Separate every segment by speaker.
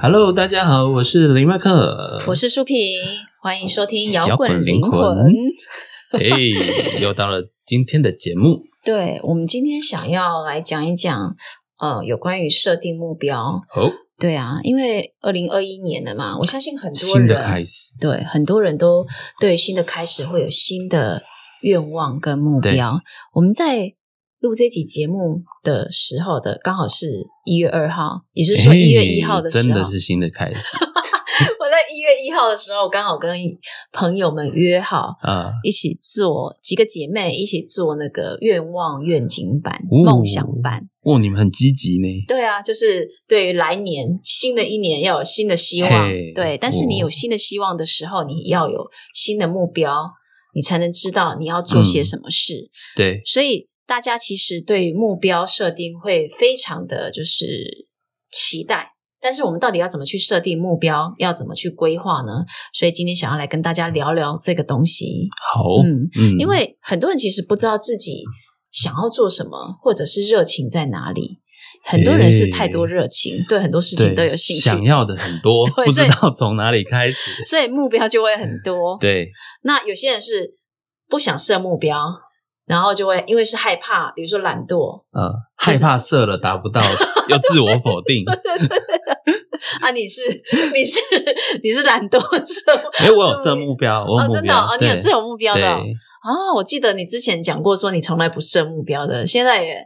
Speaker 1: Hello，大家好，我是林麦克，
Speaker 2: 我是舒平，欢迎收听摇滚
Speaker 1: 嗯灵
Speaker 2: 灵魂。
Speaker 1: 嘿，哎又到了今天的节目，
Speaker 2: 对我们今天想要来讲一讲，呃，有关于设定目标。
Speaker 1: 哦，
Speaker 2: 对啊，因为二零二一年了嘛，我相信很多
Speaker 1: 新
Speaker 2: 人
Speaker 1: 的开始，
Speaker 2: 对很多人都对新的开始会有新的愿望跟目标。我们在录这集节目的时候的，刚好是一月二号，也就是说一月一号的时候，
Speaker 1: 嘿哎真的是新的开始
Speaker 2: 我在一月一号的时候，刚好跟朋友们约好，
Speaker 1: 啊！
Speaker 2: 一起做几个姐妹一起做那个愿望愿景版、
Speaker 1: 哦
Speaker 2: 梦想版。
Speaker 1: 哇，你们很积极 呢，
Speaker 2: 对啊，就是对于来年新的一年要有新的希望
Speaker 1: 嘿，
Speaker 2: 对。但是你
Speaker 1: 哦
Speaker 2: 有新的希望的时候，你要有新的目标，你才能知道你要做
Speaker 1: 嗯
Speaker 2: 些什么事。
Speaker 1: 对，
Speaker 2: 所以大家其实对于目标设定会非常的就是期待。但是我们到底要怎么去设定目标，要怎么去规划呢？所以今天想要来跟大家聊聊这个东西。
Speaker 1: 好，
Speaker 2: 嗯，
Speaker 1: 嗯
Speaker 2: 因为很多人其实不知道自己想要做什么，或者是热情在哪里。很多人是太多热情，对很多事情
Speaker 1: 对
Speaker 2: 都有兴
Speaker 1: 想
Speaker 2: 趣，
Speaker 1: 要的很多，
Speaker 2: 对
Speaker 1: 不知
Speaker 2: 所以
Speaker 1: 道从哪里开始，
Speaker 2: 所以目标就会很多。
Speaker 1: 对，
Speaker 2: 那有些人是不想设目标，然后就会因为是害怕，比如说懒惰
Speaker 1: 呃，
Speaker 2: 就
Speaker 1: 害
Speaker 2: 是
Speaker 1: 怕射了达不到，又自我否 定，
Speaker 2: 啊，你是你是你是懒惰设目
Speaker 1: 哎，我有设目标， 我
Speaker 2: 哦
Speaker 1: 有，目
Speaker 2: 真的
Speaker 1: 标，
Speaker 2: 哦，哦你也
Speaker 1: 对
Speaker 2: 是有目标的哦
Speaker 1: 对
Speaker 2: 哦。我记得你之前讲过说你从来不设目标的，现在也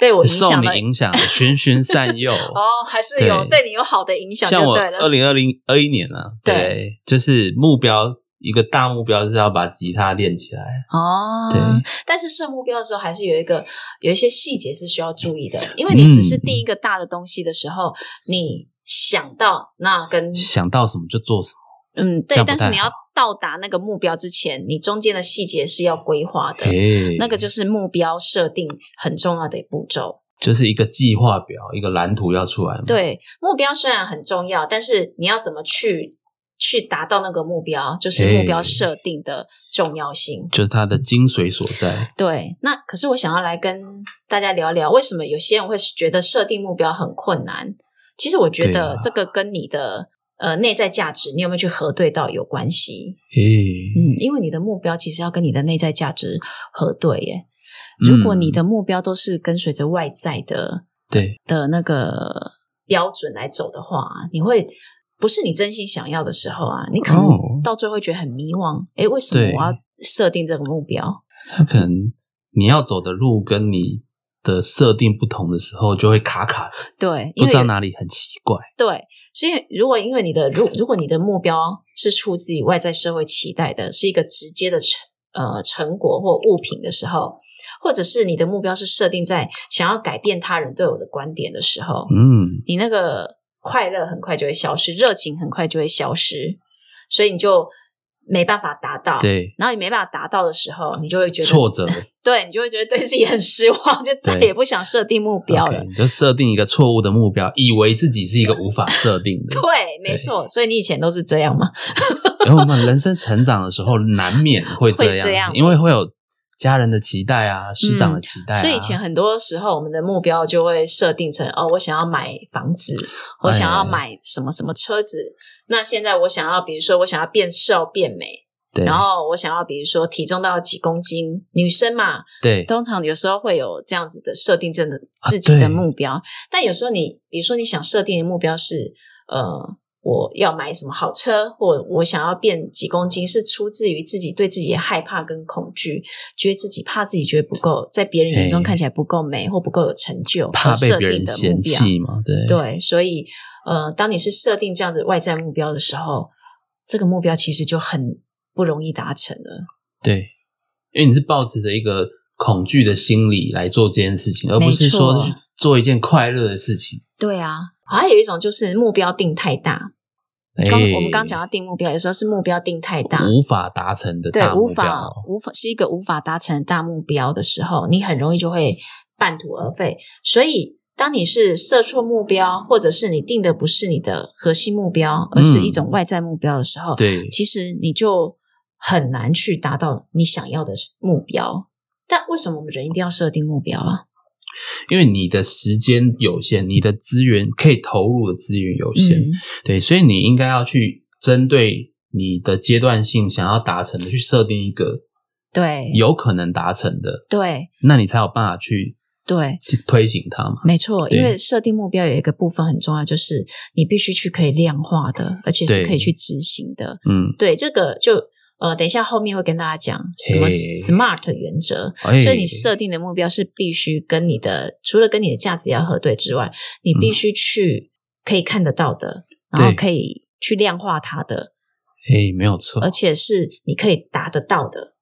Speaker 2: 被我影
Speaker 1: 受
Speaker 2: 响
Speaker 1: 你
Speaker 2: 了。
Speaker 1: 影响，循循善诱。
Speaker 2: 哦，还是有
Speaker 1: 对
Speaker 2: 对你有好的影响，就
Speaker 1: 像我
Speaker 2: 对了。
Speaker 1: 二零二零二一年啊，
Speaker 2: 对
Speaker 1: 对，就是目标一个大目标是要把吉他练起来。
Speaker 2: 哦，
Speaker 1: 对，
Speaker 2: 但是设目标的时候，还是有一个有一些细节是需要注意的，因为你只是
Speaker 1: 嗯
Speaker 2: 定一个大的东西的时候，你想到那跟
Speaker 1: 想到什么就做什么。
Speaker 2: 嗯
Speaker 1: 这
Speaker 2: 对
Speaker 1: 样，不太
Speaker 2: 但
Speaker 1: 好
Speaker 2: 是你要到达那个目标之前，你中间的细节是要规划的，
Speaker 1: 嘿
Speaker 2: 那个就是目标设定很重要的步骤。
Speaker 1: 就是一个计划表，一个蓝图要出来嘛。
Speaker 2: 对，目标虽然很重要，但是你要怎么去去达到那个目标，就是目标
Speaker 1: 哎
Speaker 2: 设定的重要性。
Speaker 1: 就是它的精髓所
Speaker 2: 嗯
Speaker 1: 在。
Speaker 2: 对，那可是我想要来跟大家聊聊，为什么有些人会觉得设定目标很困难？其实我觉
Speaker 1: 对啊
Speaker 2: 得这个跟你的、呃内在价值，你有没有去核对到有关系？
Speaker 1: 诶，
Speaker 2: 嗯，因为你的目标其实要跟你的内在价值核对耶。如果你
Speaker 1: 嗯
Speaker 2: 的目标都是跟随着外在的
Speaker 1: 对，
Speaker 2: 的那个标准来走的话，啊你会不是你真心想要的时候啊，你可能
Speaker 1: 哦
Speaker 2: 到最后会觉得很迷惘。诶，为什么
Speaker 1: 对
Speaker 2: 我要设定这个目标？
Speaker 1: 它可能你要走的路跟你的设定不同的时候，就会卡卡的，
Speaker 2: 对，
Speaker 1: 不
Speaker 2: 因为
Speaker 1: 知道
Speaker 2: 有
Speaker 1: 哪里很奇怪。
Speaker 2: 对，所以如果因为你的如如果你的目标是出自于外在社会期待的，是一个直接的成呃成果或物品的时候，或者是你的目标是设定在想要改变他人对我的观点的时候，
Speaker 1: 嗯，
Speaker 2: 你那个快乐很快就会消失，热情很快就会消失，所以你就没办法达到。
Speaker 1: 对，
Speaker 2: 然后你没办法达到的时候，你就会觉得
Speaker 1: 挫折
Speaker 2: 对你就会觉得对自己很失望，就再
Speaker 1: 对
Speaker 2: 也不想设定目标了
Speaker 1: OK，。你就设定一个错误的目标，以为自己是一个无法设定 的。
Speaker 2: 对，没错。所以你以前都是这样吗？
Speaker 1: 然后我们人生成长的时候，难免会这
Speaker 2: 会这样哦嗯
Speaker 1: 因为会有家人的期待啊，师长的期待、啊
Speaker 2: 所以以前很多时候，我们的目标就会设定成哦，我想要买房子，我想要买什么什么车子。那现在我想要，比如说我想要变瘦变美，
Speaker 1: 对，
Speaker 2: 然后我想要，比如说体重到几公斤。女生嘛，
Speaker 1: 对
Speaker 2: 通常有时候会有这样子的设定，这的自己
Speaker 1: 啊对
Speaker 2: 的目标。但有时候你，比如说你想设定的目标是，呃，我要买什么好车，或我想要变几公斤，是出自于自己对自己的害怕跟恐惧，觉得自己怕自己觉得不够，在别人眼中
Speaker 1: 嘿
Speaker 2: 看起来不够美或不够有成就，
Speaker 1: 怕
Speaker 2: 而
Speaker 1: 被
Speaker 2: 设
Speaker 1: 别
Speaker 2: 定
Speaker 1: 人
Speaker 2: 的
Speaker 1: 嫌
Speaker 2: 目标。
Speaker 1: 弃嘛，对
Speaker 2: 对，所以呃，当你是设定这样的外在目标的时候，这个目标其实就很不容易达成了。
Speaker 1: 对因为你是抱持着一个恐惧的心理来做这件事情，而不是
Speaker 2: 没错
Speaker 1: 说做一件快乐的事情。
Speaker 2: 对啊，还有一种就是目标定太大。刚、
Speaker 1: 哎
Speaker 2: 我们刚讲到定目标，有时候是目标定太大，
Speaker 1: 无法达成的
Speaker 2: 对
Speaker 1: 大，目
Speaker 2: 无
Speaker 1: 标，
Speaker 2: 法无法是一个无法达成的大目标的时候，你很容易就会半途而废。所以，当你是设错目标，或者是你定的不是你的核心目标，而是一种外在目标的时候，
Speaker 1: 嗯对
Speaker 2: 其实你就很难去达到你想要的目标。但为什么我们人一定要设定目标啊？
Speaker 1: 因为你的时间有限，你的资源可以投入的资源有限，
Speaker 2: 嗯
Speaker 1: 对，所以你应该要去针对你的阶段性想要达成的，去设定一个
Speaker 2: 对
Speaker 1: 有可能达成的，
Speaker 2: 对
Speaker 1: 那你才有办法去
Speaker 2: 对，
Speaker 1: 去推行它嘛。
Speaker 2: 没错，
Speaker 1: 对
Speaker 2: 因为设定目标有一个部分很重要，就是你必须去可以量化的，而且是
Speaker 1: 对
Speaker 2: 可以去执行的。
Speaker 1: 嗯，
Speaker 2: 对，这个就呃，等一下后面会跟大家讲什么
Speaker 1: 嘿
Speaker 2: SMART 原则。
Speaker 1: 哎
Speaker 2: 就你设定的目标是必须跟你的除了跟你的价值要核对之外，你必须去可以看得到的，然后
Speaker 1: 嗯对
Speaker 2: 可以去量化它的，
Speaker 1: 哎，没有错
Speaker 2: 而，且是你可以达得到的。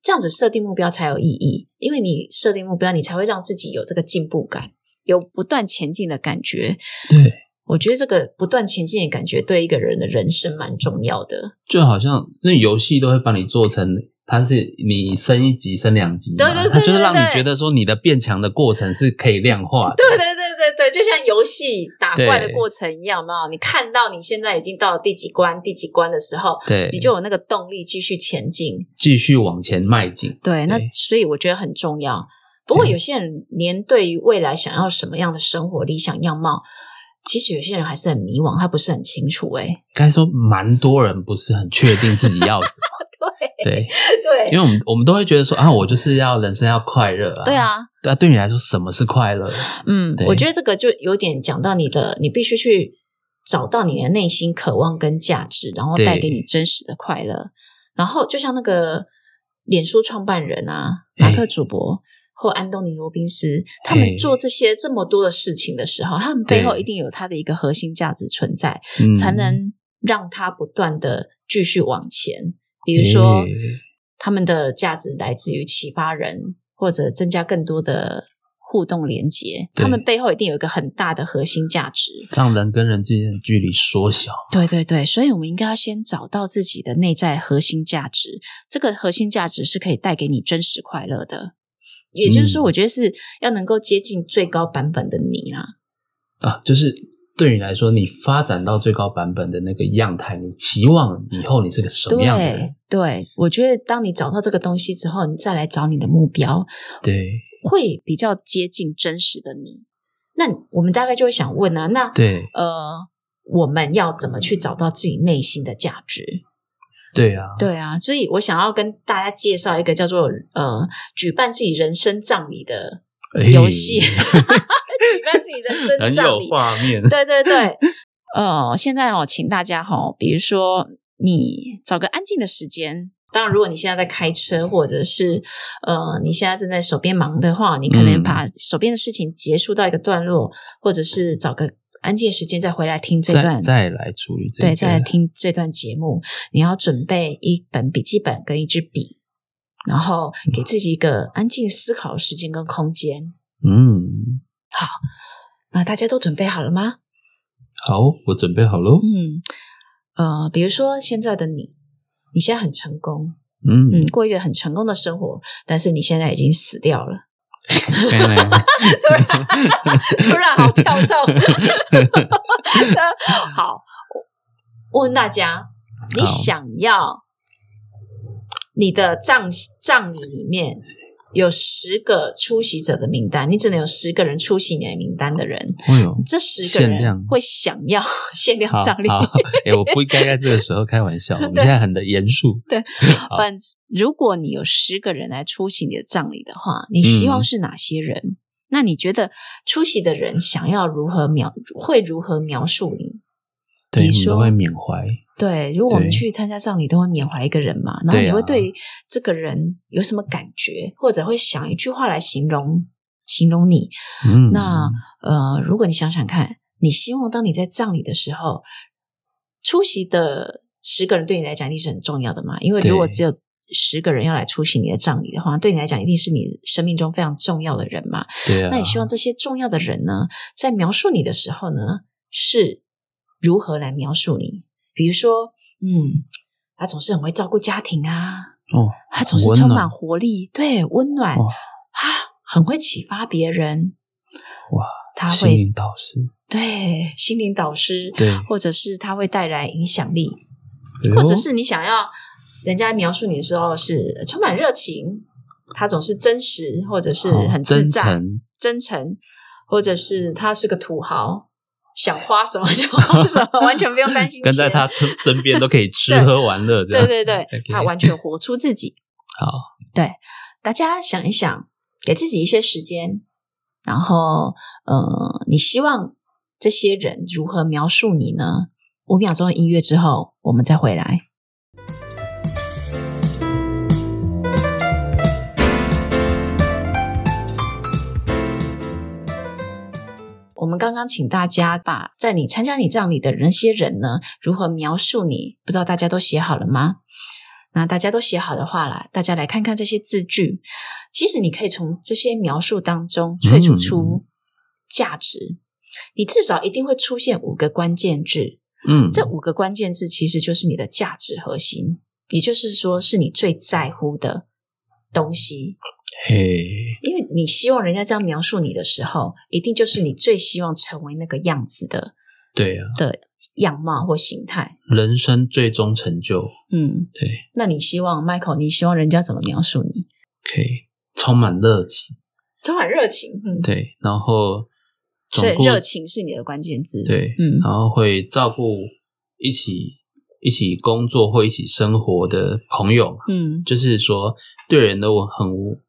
Speaker 2: 这样子设定目标才有意义，因为你设定目标，你才会让自己有这个进步感，有不断前进的感觉。
Speaker 1: 对，
Speaker 2: 我觉得这个不断前进的感觉对一个人的人生蛮重要的。
Speaker 1: 就好像那游戏都会把你做成。它是你升一级、升两级嘛，
Speaker 2: 对对对
Speaker 1: 它就是让
Speaker 2: 对
Speaker 1: 你
Speaker 2: 对
Speaker 1: 觉得说你的变强的过程是可以量化的。
Speaker 2: 对对对对对，就像游戏打怪的
Speaker 1: 对
Speaker 2: 过程一样嘛，你看到你现在已经到了第几关、第几关的时候，
Speaker 1: 对，
Speaker 2: 你就有那个动力继续前进。
Speaker 1: 继续往前迈进。
Speaker 2: 对，那
Speaker 1: 对
Speaker 2: 所以我觉得很重要。不过
Speaker 1: 对
Speaker 2: 有些人连对于未来想要什么样的生活、理想样貌，其实有些人还是很迷惘，他不是很清楚、欸。哎，
Speaker 1: 该说蛮多人不是很确定自己要什么，
Speaker 2: 对
Speaker 1: 对，因
Speaker 2: 对
Speaker 1: 为我们我们都会觉得说啊，我就是要人生要快乐啊，
Speaker 2: 对，啊，
Speaker 1: 对啊，对你来说什么是快乐？
Speaker 2: 嗯，
Speaker 1: 啊对
Speaker 2: 我觉得这个就有点讲到你的，你必须去找到你的内心渴望跟价值，然后
Speaker 1: 对
Speaker 2: 带给你真实的快乐。然后就像那个脸书创办人啊，
Speaker 1: 哎
Speaker 2: 马克·主播或安东尼·罗宾斯，他们
Speaker 1: 哎
Speaker 2: 做这些这么多的事情的时候，他们背后
Speaker 1: 对
Speaker 2: 一定有他的一个核心价值存在，
Speaker 1: 嗯
Speaker 2: 才能让他不断的继续往前。比如说，
Speaker 1: 哎
Speaker 2: 他们的价值来自于启发人，或者增加更多的互动连接。
Speaker 1: 对
Speaker 2: 他们背后一定有一个很大的核心价值。
Speaker 1: 让人跟人之间的距离缩小。
Speaker 2: 对对对，所以我们应该要先找到自己的内在核心价值。这个核心价值是可以带给你真实快乐的。也就是说，
Speaker 1: 嗯
Speaker 2: 我觉得是要能够接近最高版本的你啦。
Speaker 1: 啊，就是对你来说，你发展到最高版本的那个样态，你期望以后你是个什么样的
Speaker 2: 对
Speaker 1: 人？
Speaker 2: 对，我觉得当你找到这个东西之后，你再来找你的目标，
Speaker 1: 对
Speaker 2: 会比较接近真实的你。那我们大概就会想问啊，那
Speaker 1: 对
Speaker 2: 呃，我们要怎么去找到自己内心的价值？
Speaker 1: 对啊，
Speaker 2: 对啊，所以我想要跟大家介绍一个叫做呃，举办自己人生葬礼的
Speaker 1: 哎
Speaker 2: 游戏， 举办自己人生
Speaker 1: 很
Speaker 2: 葬
Speaker 1: 有
Speaker 2: 礼。
Speaker 1: 画面。
Speaker 2: 对对对， 呃，现在哦，请大家哈、哦，比如说你找个安静的时间。当然，如果你现在在开车，或者是呃，你现在正在手边忙的话，你可能
Speaker 1: 嗯
Speaker 2: 把手边的事情结束到一个段落，或者是找个安静的时间再回来听这
Speaker 1: 再
Speaker 2: 段
Speaker 1: 再来处理这
Speaker 2: 对，
Speaker 1: 个
Speaker 2: 再来听这段节目，你要准备一本笔记本跟一支笔，然后给自己一个安静思考的时间跟空间。
Speaker 1: 嗯，
Speaker 2: 那大家都准备好了吗？
Speaker 1: 好，我准备好喽。
Speaker 2: 嗯，呃，比如说现在的你，你现在很成功，
Speaker 1: 嗯，
Speaker 2: 嗯，过一个很成功的生活，但是你现在已经死掉了。嗯
Speaker 1: 没有没有没有
Speaker 2: 突然好 跳动。好，我问大家，你
Speaker 1: 好
Speaker 2: 想要你的葬葬礼里面有十个出席者的名单，你只能有十个人出席你的名单的人，
Speaker 1: 哎呦
Speaker 2: 这十个
Speaker 1: 限量
Speaker 2: 人会想要 限量
Speaker 1: 好
Speaker 2: 葬礼。
Speaker 1: 好，哎、我不应该在这个时候开玩笑，我们现在很的严肃。
Speaker 2: 但如果你有十个人来出席你的葬礼的话，你希望
Speaker 1: 嗯
Speaker 2: 是哪些人？那你觉得出席的人想要如何描，会如何描述你？
Speaker 1: 对，
Speaker 2: 你
Speaker 1: 我们
Speaker 2: 说
Speaker 1: 都会缅怀。
Speaker 2: 对，如果我们
Speaker 1: 对
Speaker 2: 去参加葬礼，都会缅怀一个人嘛，然后
Speaker 1: 对
Speaker 2: 你会
Speaker 1: 啊
Speaker 2: 对这个人有什么感觉，或者会想一句话来形容形容你。
Speaker 1: 嗯，
Speaker 2: 那呃，如果你想想看，你希望当你在葬礼的时候，出席的十个人对你来讲一定是很重要的嘛，因为如果
Speaker 1: 对
Speaker 2: 只有十个人要来出席你的葬礼的话，对你来讲一定是你生命中非常重要的人嘛。
Speaker 1: 对啊，
Speaker 2: 那你希望这些重要的人呢，在描述你的时候呢，是如何来描述你？比如说，嗯，他总是很会照顾家庭啊，
Speaker 1: 哦，
Speaker 2: 他总是
Speaker 1: 温
Speaker 2: 充
Speaker 1: 暖
Speaker 2: 满活力，对，温暖
Speaker 1: 哇
Speaker 2: 啊，很会启发别人。
Speaker 1: 哇，
Speaker 2: 他
Speaker 1: 心
Speaker 2: 会
Speaker 1: 灵导师，
Speaker 2: 对心灵导师，
Speaker 1: 对，
Speaker 2: 或者是他会带来影响力，
Speaker 1: 哎呦
Speaker 2: 或者是你想要人家描述你的时候是充满热情，他总是真实或者是
Speaker 1: 好
Speaker 2: 很自
Speaker 1: 真
Speaker 2: 在，
Speaker 1: 诚，
Speaker 2: 真诚，或者是他是个土豪，想花什么就 花什么， 完全不用担心
Speaker 1: 跟在
Speaker 2: 钱
Speaker 1: 他身身边都可 以吃
Speaker 2: 对
Speaker 1: 喝玩乐，这
Speaker 2: 对
Speaker 1: 样
Speaker 2: 对对
Speaker 1: OK
Speaker 2: 他完全活出自己。
Speaker 1: 好，
Speaker 2: 对，大家想一想，给自己一些时间，然后呃，你希望这些人如何描述你呢？五秒钟的音乐之后，我们再回来。我们刚刚请大家把在你参加你葬礼的那些人呢，如何描述你？不知道大家都写好了吗？那大家都写好的话啦，大家来看看这些字句。其实你可以从这些描述当中萃取出价值，你至少一定会出现五个关键字。
Speaker 1: 嗯，
Speaker 2: 这五个关键字其实就是你的价值核心，也就是说是你最在乎的东西。
Speaker 1: 嘿，
Speaker 2: 因为你希望人家这样描述你的时候，一定就是你最希望成为那个样子的
Speaker 1: 对啊，
Speaker 2: 样貌或形态。
Speaker 1: 人生最终成就，
Speaker 2: 嗯，
Speaker 1: 对，
Speaker 2: 那你希望 Michael，你希望人家怎么描述你？
Speaker 1: 可以充满热情，
Speaker 2: 充满热情，嗯，
Speaker 1: 对，然后总
Speaker 2: 所以
Speaker 1: 顾
Speaker 2: 热情是你的关键字。，
Speaker 1: 对，
Speaker 2: 嗯
Speaker 1: 然后会照顾一起一起工作或一起生活的朋友嘛，
Speaker 2: 嗯
Speaker 1: 就是说对人都很无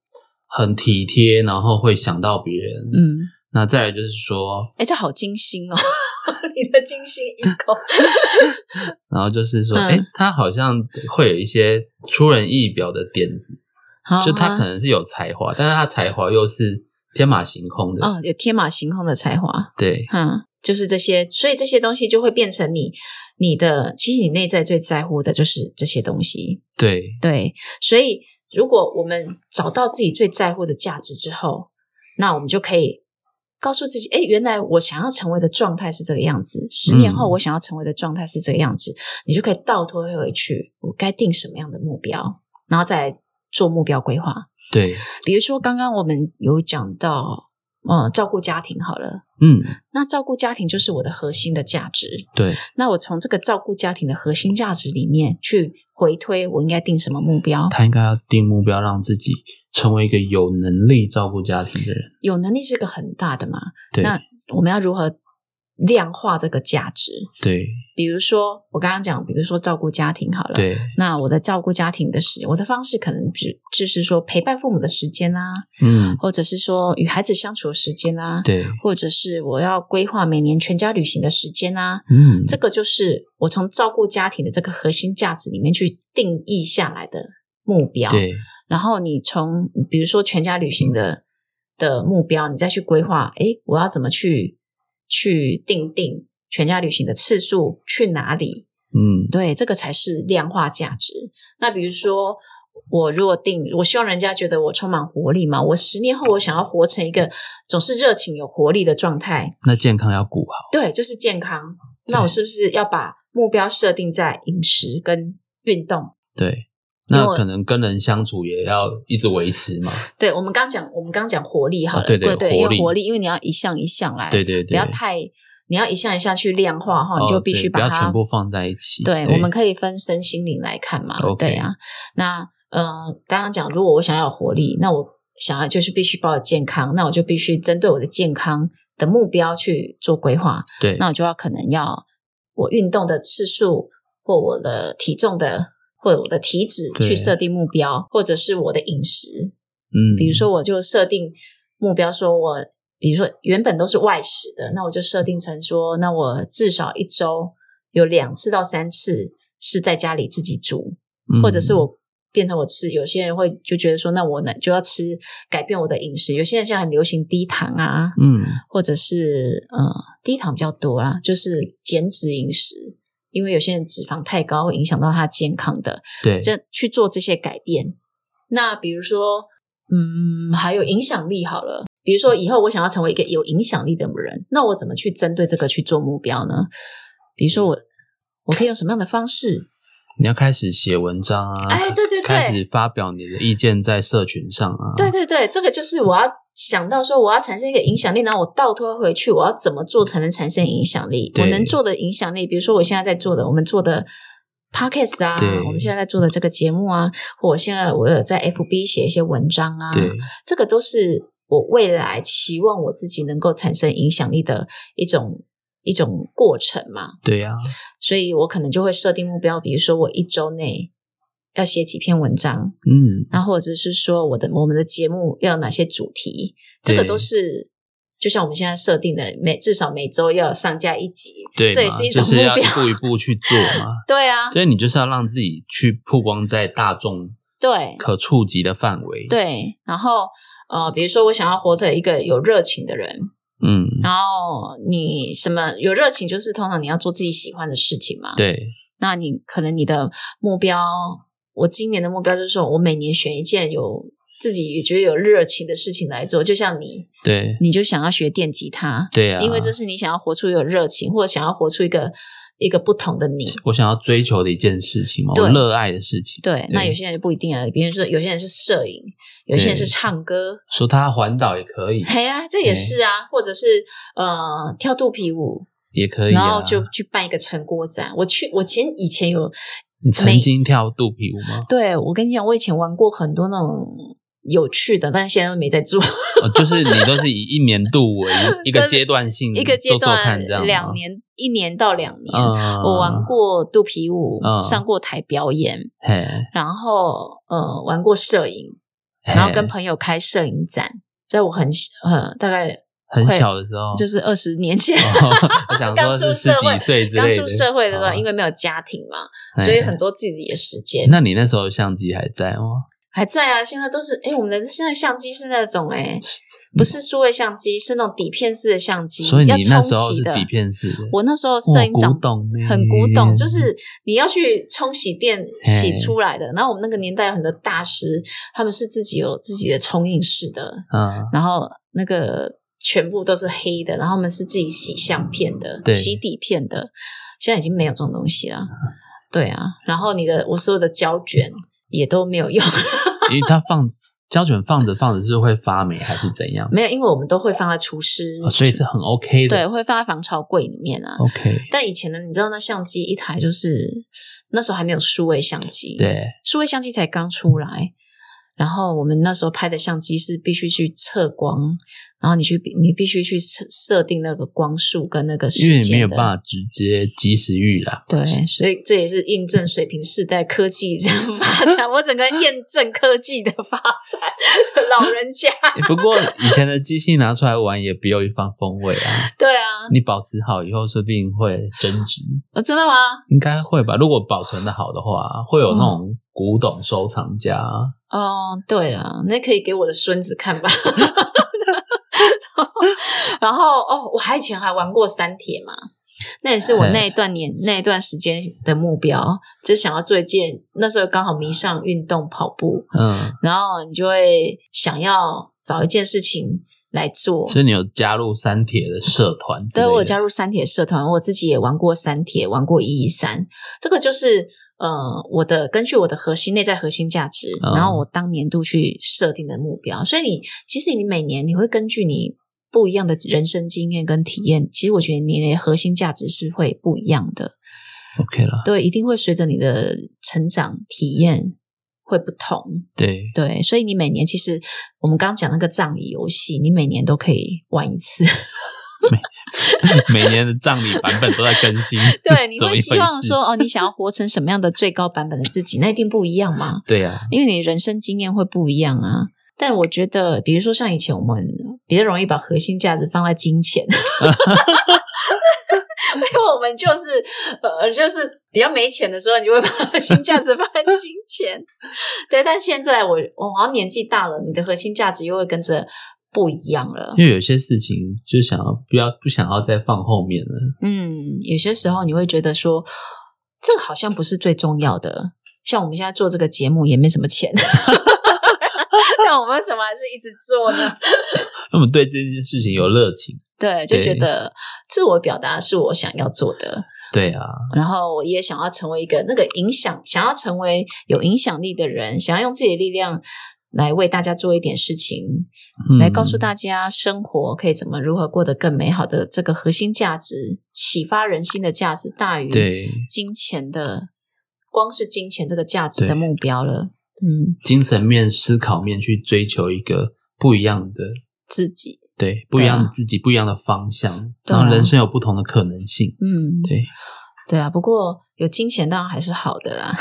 Speaker 1: 很体贴，然后会想到别人，，
Speaker 2: 嗯，
Speaker 1: 那再来就是说，
Speaker 2: 哎，这好精心哦， 你的精心一口，
Speaker 1: 然后就是说，
Speaker 2: 嗯
Speaker 1: 哎、他好像会有一些出人意表的点子，
Speaker 2: 好
Speaker 1: 就他
Speaker 2: 好
Speaker 1: 可能是有才华，但是他才华又是天马行空的，
Speaker 2: 哦，有天马行空的才华，
Speaker 1: 对，
Speaker 2: 嗯，就是这些，所以这些东西就会变成你你的，其实你内在最在乎的就是这些东西，
Speaker 1: 对，
Speaker 2: 对，所以如果我们找到自己最在乎的价值之后，那我们就可以。告诉自己，哎，原来我想要成为的状态是这个样子。十年后，
Speaker 1: 嗯
Speaker 2: 我想要成为的状态是这个样子，你就可以倒推回去，我该定什么样的目标，然后再来做目标规划。
Speaker 1: 对，
Speaker 2: 比如说，刚刚我们有讲到，呃，照顾家庭好了，
Speaker 1: 嗯，
Speaker 2: 那照顾家庭就是我的核心的价值。
Speaker 1: 对，
Speaker 2: 那我从这个照顾家庭的核心价值里面去回推，我应该定什么目标？
Speaker 1: 他应该要定目标，让自己成为一个有能力照顾家庭的人，
Speaker 2: 有能力是个很大的嘛，
Speaker 1: 对，
Speaker 2: 那我们要如何量化这个价值？
Speaker 1: 对，
Speaker 2: 比如说，我刚刚讲，比如说照顾家庭好了，
Speaker 1: 对，
Speaker 2: 那我的照顾家庭的时，我的方式可能只就是说陪伴父母的时间啦、
Speaker 1: 嗯，
Speaker 2: 或者是说与孩子相处的时间啦、
Speaker 1: 对，
Speaker 2: 或者是我要规划每年全家旅行的时间啊，
Speaker 1: 嗯，
Speaker 2: 这个就是我从照顾家庭的这个核心价值里面去定义下来的目标。
Speaker 1: 对，
Speaker 2: 然后你从比如说全家旅行的的目标，你再去规划，诶，我要怎么去去定定全家旅行的次数，去哪里？
Speaker 1: 嗯，
Speaker 2: 对，这个才是量化价值。那比如说。我如果定，我希望人家觉得我充满活力嘛。我十年后，我想要活成一个总是热情、有活力的状态。
Speaker 1: 那健康要顾好，
Speaker 2: 对，就是健康。
Speaker 1: 对
Speaker 2: 那我是不是要把目标设定在饮食跟运动？
Speaker 1: 对，
Speaker 2: 因为
Speaker 1: 那
Speaker 2: 我
Speaker 1: 可能跟人相处也要一直维持嘛，
Speaker 2: 对，我们刚讲，我们刚讲活力好了，
Speaker 1: 啊对对
Speaker 2: 对，
Speaker 1: 活
Speaker 2: 因
Speaker 1: 力
Speaker 2: 为活力，因为你要一项一项来，
Speaker 1: 对对
Speaker 2: 不
Speaker 1: 对，
Speaker 2: 要太，你要一项一项去量化哈，
Speaker 1: 哦
Speaker 2: 你就必
Speaker 1: 对
Speaker 2: 须
Speaker 1: 不要
Speaker 2: 把它
Speaker 1: 全部放在一起，
Speaker 2: 对，我们可以分身心灵来看嘛。
Speaker 1: OK
Speaker 2: 对啊，那呃，刚刚讲，如果我想要有活力，那我想要就是必须保有健康，那我就必须针对我的健康的目标去做规划。
Speaker 1: 对，
Speaker 2: 那我就要可能要我运动的次数，或我的体重的，或者我的体脂
Speaker 1: 对
Speaker 2: 去设定目标，或者是我的饮食。
Speaker 1: 嗯，
Speaker 2: 比如说，我就设定目标，说我比如说原本都是外食的，那我就设定成说，那我至少一周有两次到三次是在家里自己煮，
Speaker 1: 嗯，
Speaker 2: 或者是我变成我吃，有些人会就觉得说，那我呢就要吃改变我的饮食。有些人现在很流行低糖啊，
Speaker 1: 嗯，
Speaker 2: 或者是呃低糖比较多啦，就是减脂饮食，因为有些人脂肪太高会影响到他健康的，
Speaker 1: 对，
Speaker 2: 这去做这些改变。那比如说，嗯，还有影响力好了，比如说以后我想要成为一个有影响力的人，那我怎么去针对这个去做目标呢？比如说我。我可以用什么样的方式？
Speaker 1: 你要开始写文章啊，
Speaker 2: 哎，对对
Speaker 1: 开
Speaker 2: 对，
Speaker 1: 始发表你的意见在社群上啊，
Speaker 2: 对对对，这个就是我要想到说，我要产生一个影响力，然后我倒推回去，我要怎么做才能产生影响力？
Speaker 1: 对
Speaker 2: 我能做的影响力，比如说我现在在做的，我们做的 podcast 啊
Speaker 1: 对，
Speaker 2: 我们现在在做的这个节目啊，或我现在我有在 FB 写一些文章啊，
Speaker 1: 对
Speaker 2: 这个都是我未来期望我自己能够产生影响力的一种一种过程嘛。
Speaker 1: 对呀、
Speaker 2: 所以我可能就会设定目标，比如说我一周内要写几篇文章，
Speaker 1: 嗯，
Speaker 2: 然啊后或者是说我的我们的节目要有哪些主题，这个
Speaker 1: 对
Speaker 2: 都是就像我们现在设定的，每至少每周要上架一集，
Speaker 1: 对嘛，
Speaker 2: 这也是一种
Speaker 1: 就
Speaker 2: 目
Speaker 1: 是要一
Speaker 2: 标，
Speaker 1: 步一步去做嘛。
Speaker 2: 对啊，
Speaker 1: 所以你就是要让自己去曝光在大众
Speaker 2: 对
Speaker 1: 可触及的范围。，
Speaker 2: 对，然后呃，比如说我想要活得一个有热情的人，
Speaker 1: 嗯，
Speaker 2: 然后你什么有热情，就是通常你要做自己喜欢的事情嘛，
Speaker 1: 对，
Speaker 2: 那你可能你的目标，我今年的目标就是说我每年选一件有自己也觉得有热情的事情来做，就像你，
Speaker 1: 对，
Speaker 2: 你就想要学电吉他，
Speaker 1: 对啊，
Speaker 2: 因为这是你想要活出有热情，或者想要活出一个一个不同的你。
Speaker 1: 我想要追求的一件事情嘛，
Speaker 2: 对
Speaker 1: 我热爱的事情。
Speaker 2: 对，那有些人就不一定啊，比如说有些人是摄影，有些人是
Speaker 1: 对
Speaker 2: 唱歌，
Speaker 1: 说他环岛也可以，
Speaker 2: 嘿啊，这也是啊，或者是呃跳肚皮舞，
Speaker 1: 也可以、啊。
Speaker 2: 然后就去办一个成果展。我去，我前以前有
Speaker 1: 你曾经跳肚皮舞吗？
Speaker 2: 对，我跟你讲，我以前玩过很多那种有趣的，但现在都没在做。
Speaker 1: 哦，就是你都是以一年度 为一个阶段性，
Speaker 2: 一个阶
Speaker 1: 做做
Speaker 2: 段
Speaker 1: 看这样吗
Speaker 2: 两。年，一年到两年，
Speaker 1: 嗯，
Speaker 2: 我玩，过肚皮舞，
Speaker 1: 嗯
Speaker 2: 上过台表演，
Speaker 1: 嘿，
Speaker 2: 然后呃玩过摄影，
Speaker 1: 嘿
Speaker 2: 然后跟朋友开摄影展，在我很呃大概
Speaker 1: 很小的时候，、
Speaker 2: 就是是二十年前。
Speaker 1: 我想
Speaker 2: 刚
Speaker 1: 说
Speaker 2: 出
Speaker 1: 是
Speaker 2: 社
Speaker 1: 十
Speaker 2: 会
Speaker 1: 几岁哦之类的，哦
Speaker 2: 刚出社会的时候，因
Speaker 1: 为
Speaker 2: 为没有家庭嘛，所以很多自己的时间
Speaker 1: 那你那时候相机还在吗？
Speaker 2: 还在啊。现在都是哎，我们的现在相机是那种哎，不是数位相机，是那种底片式的相机，
Speaker 1: 嗯所以你
Speaker 2: 要
Speaker 1: 那
Speaker 2: 冲
Speaker 1: 时候
Speaker 2: 洗
Speaker 1: 是
Speaker 2: 的。
Speaker 1: 底片式的，
Speaker 2: 我那时候摄影长
Speaker 1: 哇古董呢
Speaker 2: 很古董，就是你要去冲洗店洗
Speaker 1: 嘿
Speaker 2: 出来的。然后我们那个年代有很多大师，他们是自己有自己的冲印室的，
Speaker 1: 嗯，
Speaker 2: 然后那个全部都是黑的，然后他们是自己洗相片的、
Speaker 1: 对
Speaker 2: 洗底片的。现在已经没有这种东 西了，对啊。然后你的我所有的胶卷也都没有用，
Speaker 1: 因为它放胶卷放着放着是会发霉还是怎样？
Speaker 2: 没有，因为我们都会放在厨师，
Speaker 1: 哦所以是很 OK 的。
Speaker 2: 嗯
Speaker 1: 哦
Speaker 2: 对，会放在防潮柜里面啊。
Speaker 1: OK，
Speaker 2: 但以前呢，你知道那相机一台就是那时候还没有数位相机，，
Speaker 1: 对，
Speaker 2: 数位相机才刚出来。然后我们那时候拍的相机是必须去测光，然后你去你必须去设设定那个光束跟那个时
Speaker 1: 因为你没
Speaker 2: 间
Speaker 1: 有
Speaker 2: 的。
Speaker 1: 办法直接及时预览。
Speaker 2: 对， 所以这也是印证水平时代科技这样发展，我整个验证科技的发展， 老人家。
Speaker 1: 欸不过以前的机器拿出来玩也别有一番风味啊！
Speaker 2: 对啊，
Speaker 1: 你保持好以后，说不定会增值，
Speaker 2: 呃真的吗？
Speaker 1: 应该会吧？如果保存的好的话，会有那
Speaker 2: 嗯
Speaker 1: 种古董收藏家啊。
Speaker 2: 哦，对了，那可以给我的孙子看吧。 然后哦，我还以前还玩过三铁嘛，那也是我那一段年那一段时间的目标，就想要做一件。那时候刚好迷上运动跑步，
Speaker 1: 嗯，
Speaker 2: 然后你就会想要找一件事情来做。
Speaker 1: 所以你有加入三铁的社团之类
Speaker 2: 对，
Speaker 1: 的？
Speaker 2: 我有加入三铁社团，我自己也玩过三铁，玩过一一三，这个就是呃，我的根据我的核心内在核心价值，
Speaker 1: 嗯
Speaker 2: 然后我当年度去设定的目标。所以你其实你每年你会根据你不一样的人生经验跟体验，其实我觉得你的核心价值是会不一样的，
Speaker 1: OK 了。
Speaker 2: 对，一定会随着你的成长体验会不同。
Speaker 1: 对，
Speaker 2: 对，所以你每年其实我们刚刚讲那个葬礼游戏，你每年都可以玩一次。。
Speaker 1: 每年的葬礼版本都在更新
Speaker 2: 对，你
Speaker 1: 怎么
Speaker 2: 会
Speaker 1: 一
Speaker 2: 希望
Speaker 1: 回事
Speaker 2: 说，哦，你想要活成什么样的最高版本的自己，那一定不一样嘛，
Speaker 1: 对啊呀、
Speaker 2: 因为你人生经验会不一样啊。但我觉得，比如说像以前我们比较容易把核心价值放在金钱， 因为我们就是呃，就是比较没钱的时候，你就会把核心价值放在金钱。对，但现在我我好像年纪大了，你的核心价值又会跟着不一样了。
Speaker 1: 因为有些事情就想要不要不想要再放后面了。
Speaker 2: 嗯，有些时候你会觉得说，这个好像不是最重要的。像我们现在做这个节目也没什么钱， 但我们为什么还是一直做呢？
Speaker 1: 那么对这件事情有热情，
Speaker 2: 对，就觉
Speaker 1: 对
Speaker 2: 得自我表达是我想要做的，
Speaker 1: 对啊，
Speaker 2: 然后我也想要成为一个那个影响，想要成为有影响力的人，想要用自己的力量来为大家做一点事情，
Speaker 1: 嗯
Speaker 2: 来告诉大家生活可以怎么如何过得更美好的这个核心价值，启发人心的价值大于
Speaker 1: 对
Speaker 2: 金钱的，光是金钱这个价值
Speaker 1: 对
Speaker 2: 的目标了。嗯，
Speaker 1: 精神面、思考面去追求一个不一样的
Speaker 2: 自己，
Speaker 1: 对，不一样
Speaker 2: 对啊
Speaker 1: 的自己，不一样的方向，
Speaker 2: 对啊
Speaker 1: 然后人生有不同的可能性。
Speaker 2: 嗯，
Speaker 1: 对，
Speaker 2: 对啊，不过有金钱当然还是好 的啦，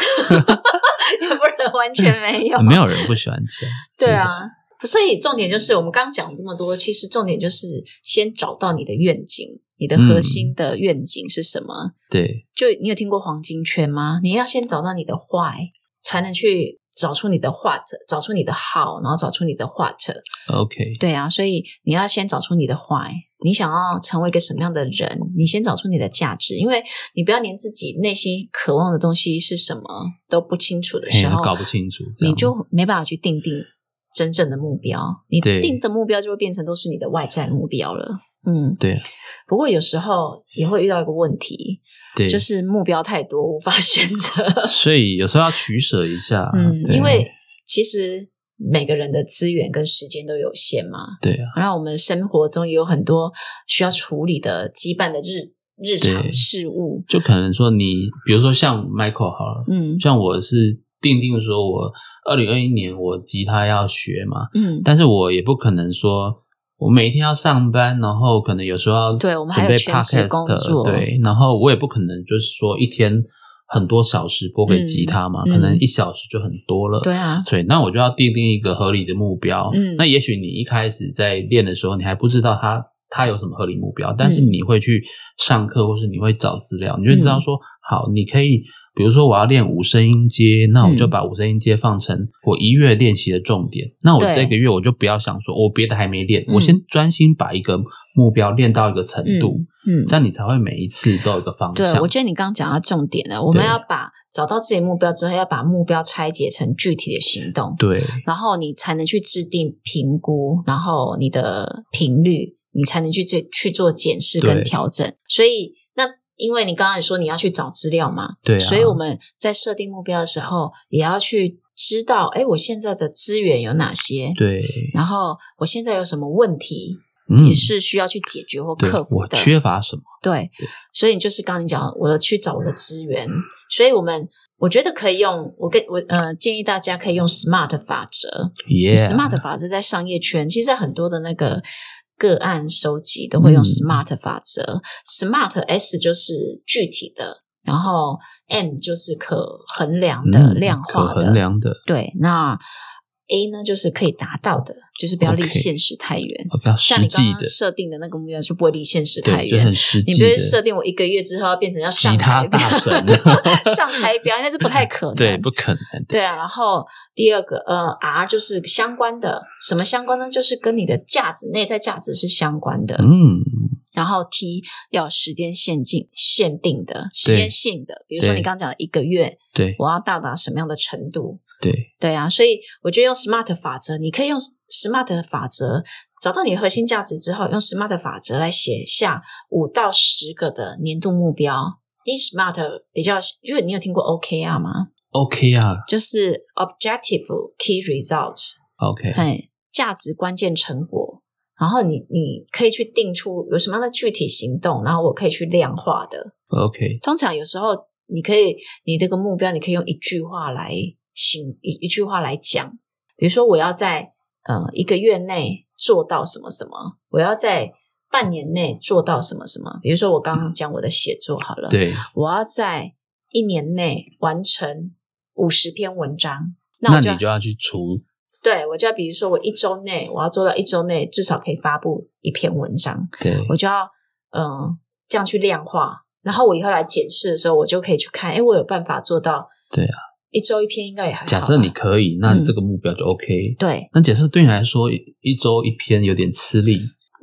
Speaker 2: 要不然完全没有，
Speaker 1: 没有人不喜欢钱。
Speaker 2: 对啊，
Speaker 1: 嗯
Speaker 2: 所以重点就是我们刚讲这么多，其实重点就是先找到你的愿景，你的
Speaker 1: 嗯
Speaker 2: 核心的愿景是什么？
Speaker 1: 对，
Speaker 2: 就你有听过黄金圈吗？你要先找到你的 why，才能去找出你的 what，找出你的 how，然后找出你的 what。
Speaker 1: OK，
Speaker 2: 对啊，所以你要先找出你的 why，你想要成为一个什么样的人？你先找出你的价值，因为你不要连自己内心渴望的东西是什么都不清楚的
Speaker 1: 嘿
Speaker 2: 时候，
Speaker 1: 搞不清楚，这
Speaker 2: 你
Speaker 1: 样
Speaker 2: 就没办法去定定真正的目标，你
Speaker 1: 对
Speaker 2: 定的目标就会变成都是你的外在目标了。嗯，
Speaker 1: 对
Speaker 2: 不过有时候也会遇到一个问题，
Speaker 1: 对，
Speaker 2: 就是目标太多，无法 选择。
Speaker 1: 所以有时候要取舍一下。
Speaker 2: 嗯，
Speaker 1: 啊对
Speaker 2: 因为其实每个人的资源跟时间都有限嘛，
Speaker 1: 对啊，
Speaker 2: 然后我们生活中也有很多需要处理的羁绊的日日常
Speaker 1: 对
Speaker 2: 事务。
Speaker 1: 就可能说你，比如说像 Michael 好了，
Speaker 2: 嗯
Speaker 1: 像我是定定说我二零二一年我吉他要学嘛，
Speaker 2: 嗯，
Speaker 1: 但是我也不可能说。我每天要上班，然后可能有时候要
Speaker 2: 对我们还有
Speaker 1: 准备
Speaker 2: 全职
Speaker 1: podcast，
Speaker 2: 工作
Speaker 1: 对，然后我也不可能就是说一天很多小时播给吉他嘛，
Speaker 2: 嗯嗯
Speaker 1: 可能一小时就很多了，
Speaker 2: 对啊，
Speaker 1: 所以，那我就要定定一个合理的目标。
Speaker 2: 嗯
Speaker 1: 那也许你一开始在练的时候，你还不知道它它有什么合理目标，但是
Speaker 2: 嗯
Speaker 1: 你会去上课，或是你会找资料，你就会知道说，好，你可以，比如说我要练五声音阶，那我就
Speaker 2: 嗯
Speaker 1: 把五声音阶放成我一月练习的重点。那我
Speaker 2: 对
Speaker 1: 这个月我就不要想说，我别的还没练，
Speaker 2: 嗯
Speaker 1: 我先专心把一个目标练到一个程
Speaker 2: 嗯
Speaker 1: 度，
Speaker 2: 嗯，
Speaker 1: 这样你才会每一次都有一个方
Speaker 2: 对，
Speaker 1: 向
Speaker 2: 我。觉得你刚刚讲到重点了。我们
Speaker 1: 对
Speaker 2: 要把找到自己目标之后，要把目标拆解成具体的行动，
Speaker 1: 对
Speaker 2: 然后你才能去制定评估，然后你的频率，你才能去这去做检视跟
Speaker 1: 对
Speaker 2: 调整。所以，那因为你刚刚也说你要去找资料嘛，
Speaker 1: 对啊，
Speaker 2: 所以我们在设定目标的时候，也要去知道，哎，我现在的资源有哪些，
Speaker 1: 对，
Speaker 2: 然后我现在有什么问题，
Speaker 1: 嗯
Speaker 2: 也，是需要去解决或
Speaker 1: 对
Speaker 2: 克，服
Speaker 1: 我
Speaker 2: 的。
Speaker 1: 缺乏什么？
Speaker 2: 对，所以就是刚刚你讲，我去找我的资源，所以我们我觉得可以用我跟我呃建议大家可以用 SMART 法则
Speaker 1: 耶、
Speaker 2: SMART 法则在商业圈，其实在很多的那个个案收集都会用
Speaker 1: 嗯
Speaker 2: SMART 法则、s m a r t S 就是具体的，然后 M 就是可衡量的、
Speaker 1: 嗯
Speaker 2: 量化
Speaker 1: 可
Speaker 2: 的，
Speaker 1: 衡量的，
Speaker 2: 对，那 A 呢就是可以达到的，就是不要离
Speaker 1: OK
Speaker 2: 现实太远。
Speaker 1: 哦比较实
Speaker 2: 像你刚
Speaker 1: 际
Speaker 2: 刚
Speaker 1: 的，
Speaker 2: 设定的那个目标就不会离现实太
Speaker 1: 对，就
Speaker 2: 远，
Speaker 1: 很实
Speaker 2: 你
Speaker 1: 际
Speaker 2: 不
Speaker 1: 的
Speaker 2: 是设定我一个月之后要变成要上
Speaker 1: 吉他
Speaker 2: 台表
Speaker 1: 大神
Speaker 2: 上台表演，那是不太可能。
Speaker 1: 对，不可能的，
Speaker 2: 对啊。然后第二个，呃，R 就是相关的，什么相关呢？就是跟你的价值、内在价值是相关的。
Speaker 1: 嗯，
Speaker 2: 然后 T 要有时间限定、限定的、时间性的，比如说
Speaker 1: 对
Speaker 2: 你刚刚讲的一个月，
Speaker 1: 对
Speaker 2: 我要到达什么样的程度？
Speaker 1: 对
Speaker 2: 对啊，所以我觉得用 SMART 法则，你可以用 SMART 法则找到你的核心价值之后，用 SMART 法则来写下五到十个的年度目标。因为 SMART 比较，因为你有听过 OKR 吗？
Speaker 1: ，OK 啊
Speaker 2: 就是 Objective Key Result，
Speaker 1: ，OK，
Speaker 2: 哎，价值关键成果。然后你你可以去定出有什么样的具体行动，然后我可以去量化的。
Speaker 1: OK，
Speaker 2: 通常有时候你可以，你这个目标你可以用一句话来形一一句话来讲，比如说我要在呃一个月内做到什么什么，我要在半年内做到什么什么，比如说我刚刚讲我的写作好了，
Speaker 1: 对，
Speaker 2: 我要在一年内完成五十篇文章，那
Speaker 1: 那
Speaker 2: 我就要
Speaker 1: 你就要去除，
Speaker 2: 对我就要比如说我一周内我要做到一周内至少可以发布一篇文章，
Speaker 1: 对
Speaker 2: 我就要嗯、呃这样去量化，然后我以后来检视的时候，我就可以去看，哎，我有办法做到
Speaker 1: 对啊，
Speaker 2: 一周一篇，应该也还好吧
Speaker 1: 假设你可以，那
Speaker 2: 嗯
Speaker 1: 这个目标就 OK。
Speaker 2: 对
Speaker 1: 那假设对你来说一一周一篇有点吃力，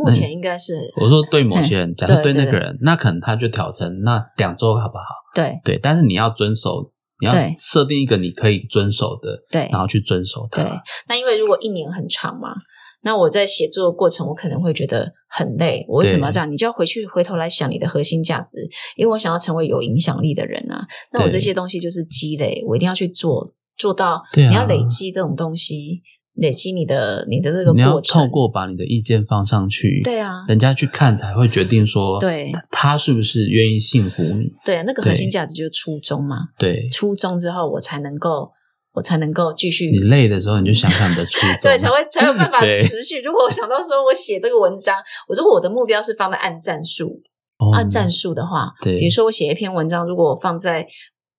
Speaker 2: 目前应该是、
Speaker 1: 我说对某些人，假设对
Speaker 2: 对对
Speaker 1: 那个人，那可能他就调成那两周好不好？
Speaker 2: 对
Speaker 1: 对，但是你要遵守，你要
Speaker 2: 对
Speaker 1: 设定一个你可以遵守的，
Speaker 2: 对
Speaker 1: 然后去遵守它。
Speaker 2: 对。那因为如果一年很长嘛，那我在写作的过程，我可能会觉得很累。我为什么要这样？你就要回去回头来想你的核心价值，因为我想要成为有影响力的人啊。那我
Speaker 1: 对
Speaker 2: 这些东西就是积累，我一定要去做，做到
Speaker 1: 对啊
Speaker 2: 你要累积这种东西，累积你的你的这个
Speaker 1: 你要
Speaker 2: 过程。
Speaker 1: 透过把你的意见放上去，
Speaker 2: 对啊，
Speaker 1: 人家去看才会决定说，
Speaker 2: 对
Speaker 1: 他是不是愿意信服你。
Speaker 2: 对啊，那个核
Speaker 1: 对
Speaker 2: 心价值就是初衷嘛。
Speaker 1: 对
Speaker 2: 初衷之后，我才能够我才能够继续
Speaker 1: 你累的时候，你就想想你的初衷，
Speaker 2: 对，才会才有办法
Speaker 1: 对
Speaker 2: 持续。如果我想到说我写这个文章，我如果我的目标是放在按赞数，
Speaker 1: 哦
Speaker 2: 按赞数的话，
Speaker 1: 对
Speaker 2: 比如说我写一篇文章，如果我放在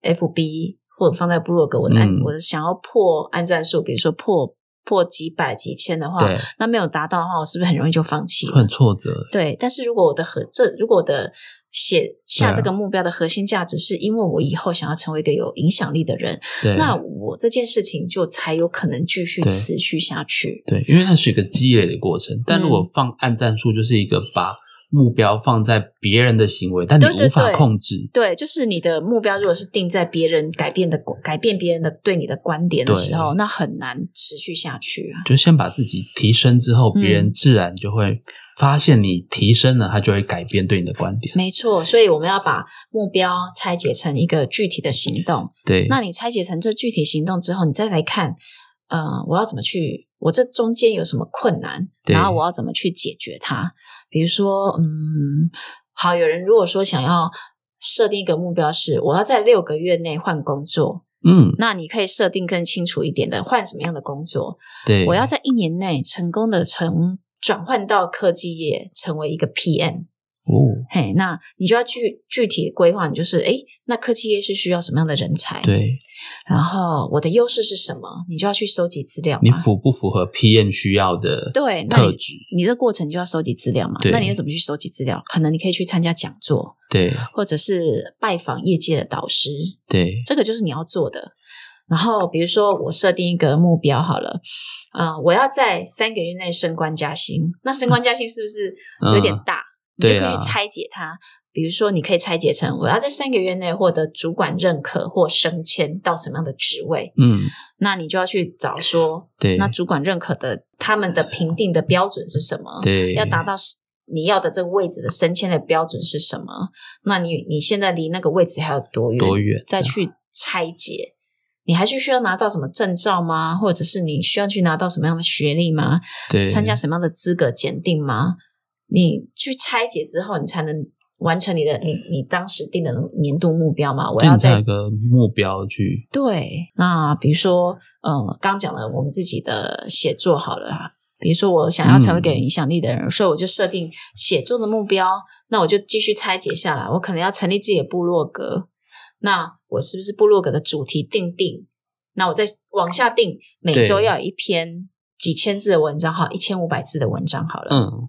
Speaker 2: FB 或者放在部落格，我的按、
Speaker 1: 嗯
Speaker 2: 我想要破按赞数，比如说破破几百几千的话，
Speaker 1: 对，
Speaker 2: 那没有达到的话，我是不是很容易就放弃了？
Speaker 1: 会很挫折，
Speaker 2: 对，但是如果我的核这如果我的写下
Speaker 1: 啊
Speaker 2: 这个目标的核心价值，是因为我以后想要成为一个有影响力的人，
Speaker 1: 对，
Speaker 2: 那我这件事情就才有可能继续
Speaker 1: 对
Speaker 2: 持续下去。
Speaker 1: 对，因为它是一个积累的过程。但如
Speaker 2: 嗯
Speaker 1: 果放按赞数，就是一个把目标放在别人的行为，但你
Speaker 2: 对对
Speaker 1: 无法
Speaker 2: 对
Speaker 1: 控制。
Speaker 2: 对，就是你的目标，如果是定在别人改变的改变别人的对你的观点的时候，那很难持续下去啊。
Speaker 1: 就先把自己提升之后，
Speaker 2: 嗯
Speaker 1: 别人自然就会发现你提升了，他就会改变对你的观点。
Speaker 2: 没错，所以我们要把目标拆解成一个具体的行动。
Speaker 1: 对，
Speaker 2: 那你拆解成这具体行动之后，你再来看，呃，我要怎么去，我这中间有什么困难，
Speaker 1: 对
Speaker 2: 然后我要怎么去解决它？比如说，嗯，好，有人如果说想要设定一个目标是我要在六个月内换工作，
Speaker 1: 嗯，
Speaker 2: 那你可以设定更清楚一点的，换什么样的工作？
Speaker 1: 对，
Speaker 2: 我要在一年内成功的成转换到科技业，成为一个 PM。
Speaker 1: 哦，
Speaker 2: 嘿，那你就要具具体规划，你就是诶，那科技业是需要什么样的人才？
Speaker 1: 对
Speaker 2: 然后我的优势是什么？你就要去收集资料
Speaker 1: 你
Speaker 2: 嘛。
Speaker 1: 符不符合 PM 需要的
Speaker 2: 对，那
Speaker 1: 特
Speaker 2: 你
Speaker 1: 质？
Speaker 2: 你这过程就要收集资料嘛
Speaker 1: 对？
Speaker 2: 那你要怎么去收集资料？可能你可以去参加讲座，
Speaker 1: 对
Speaker 2: 或者是拜访业界的导师，
Speaker 1: 对
Speaker 2: 这个就是你要做的。然后比如说我设定一个目标好了，呃，我要在三个月内升官加薪。那升官加薪是不是有点大？你就
Speaker 1: 嗯对
Speaker 2: 必
Speaker 1: 啊
Speaker 2: 须拆解它。比如说，你可以拆解成我要在三个月内获得主管认可或升迁到什么样的职位，
Speaker 1: 嗯，
Speaker 2: 那你就要去找说，
Speaker 1: 对，
Speaker 2: 那主管认可的他们的评定的标准是什么？
Speaker 1: 对
Speaker 2: 要达到是你要的这个位置的升迁的标准是什么？那你你现在离那个位置还有多远？
Speaker 1: 多远
Speaker 2: 再去拆解，你还是需要拿到什么证照吗？或者是你需要去拿到什么样的学历吗？
Speaker 1: 对
Speaker 2: 参加什么样的资格检定吗？你去拆解之后，你才能完成你的你你当时定的年度目标嘛？我
Speaker 1: 对
Speaker 2: 要
Speaker 1: 你才
Speaker 2: 在
Speaker 1: 有个目标去
Speaker 2: 对，那比如说，呃，刚讲了我们自己的写作好了啊，比如说我想要成为一个有影响力的人，所以我就设定写作的目标，那我就继续拆解下来，我可能要成立自己的部落格，那我是不是部落格的主题定定？那我再往下定，每周
Speaker 1: 对
Speaker 2: 要有一篇几千字的文章，好，一千五百字的文章好了，
Speaker 1: 嗯，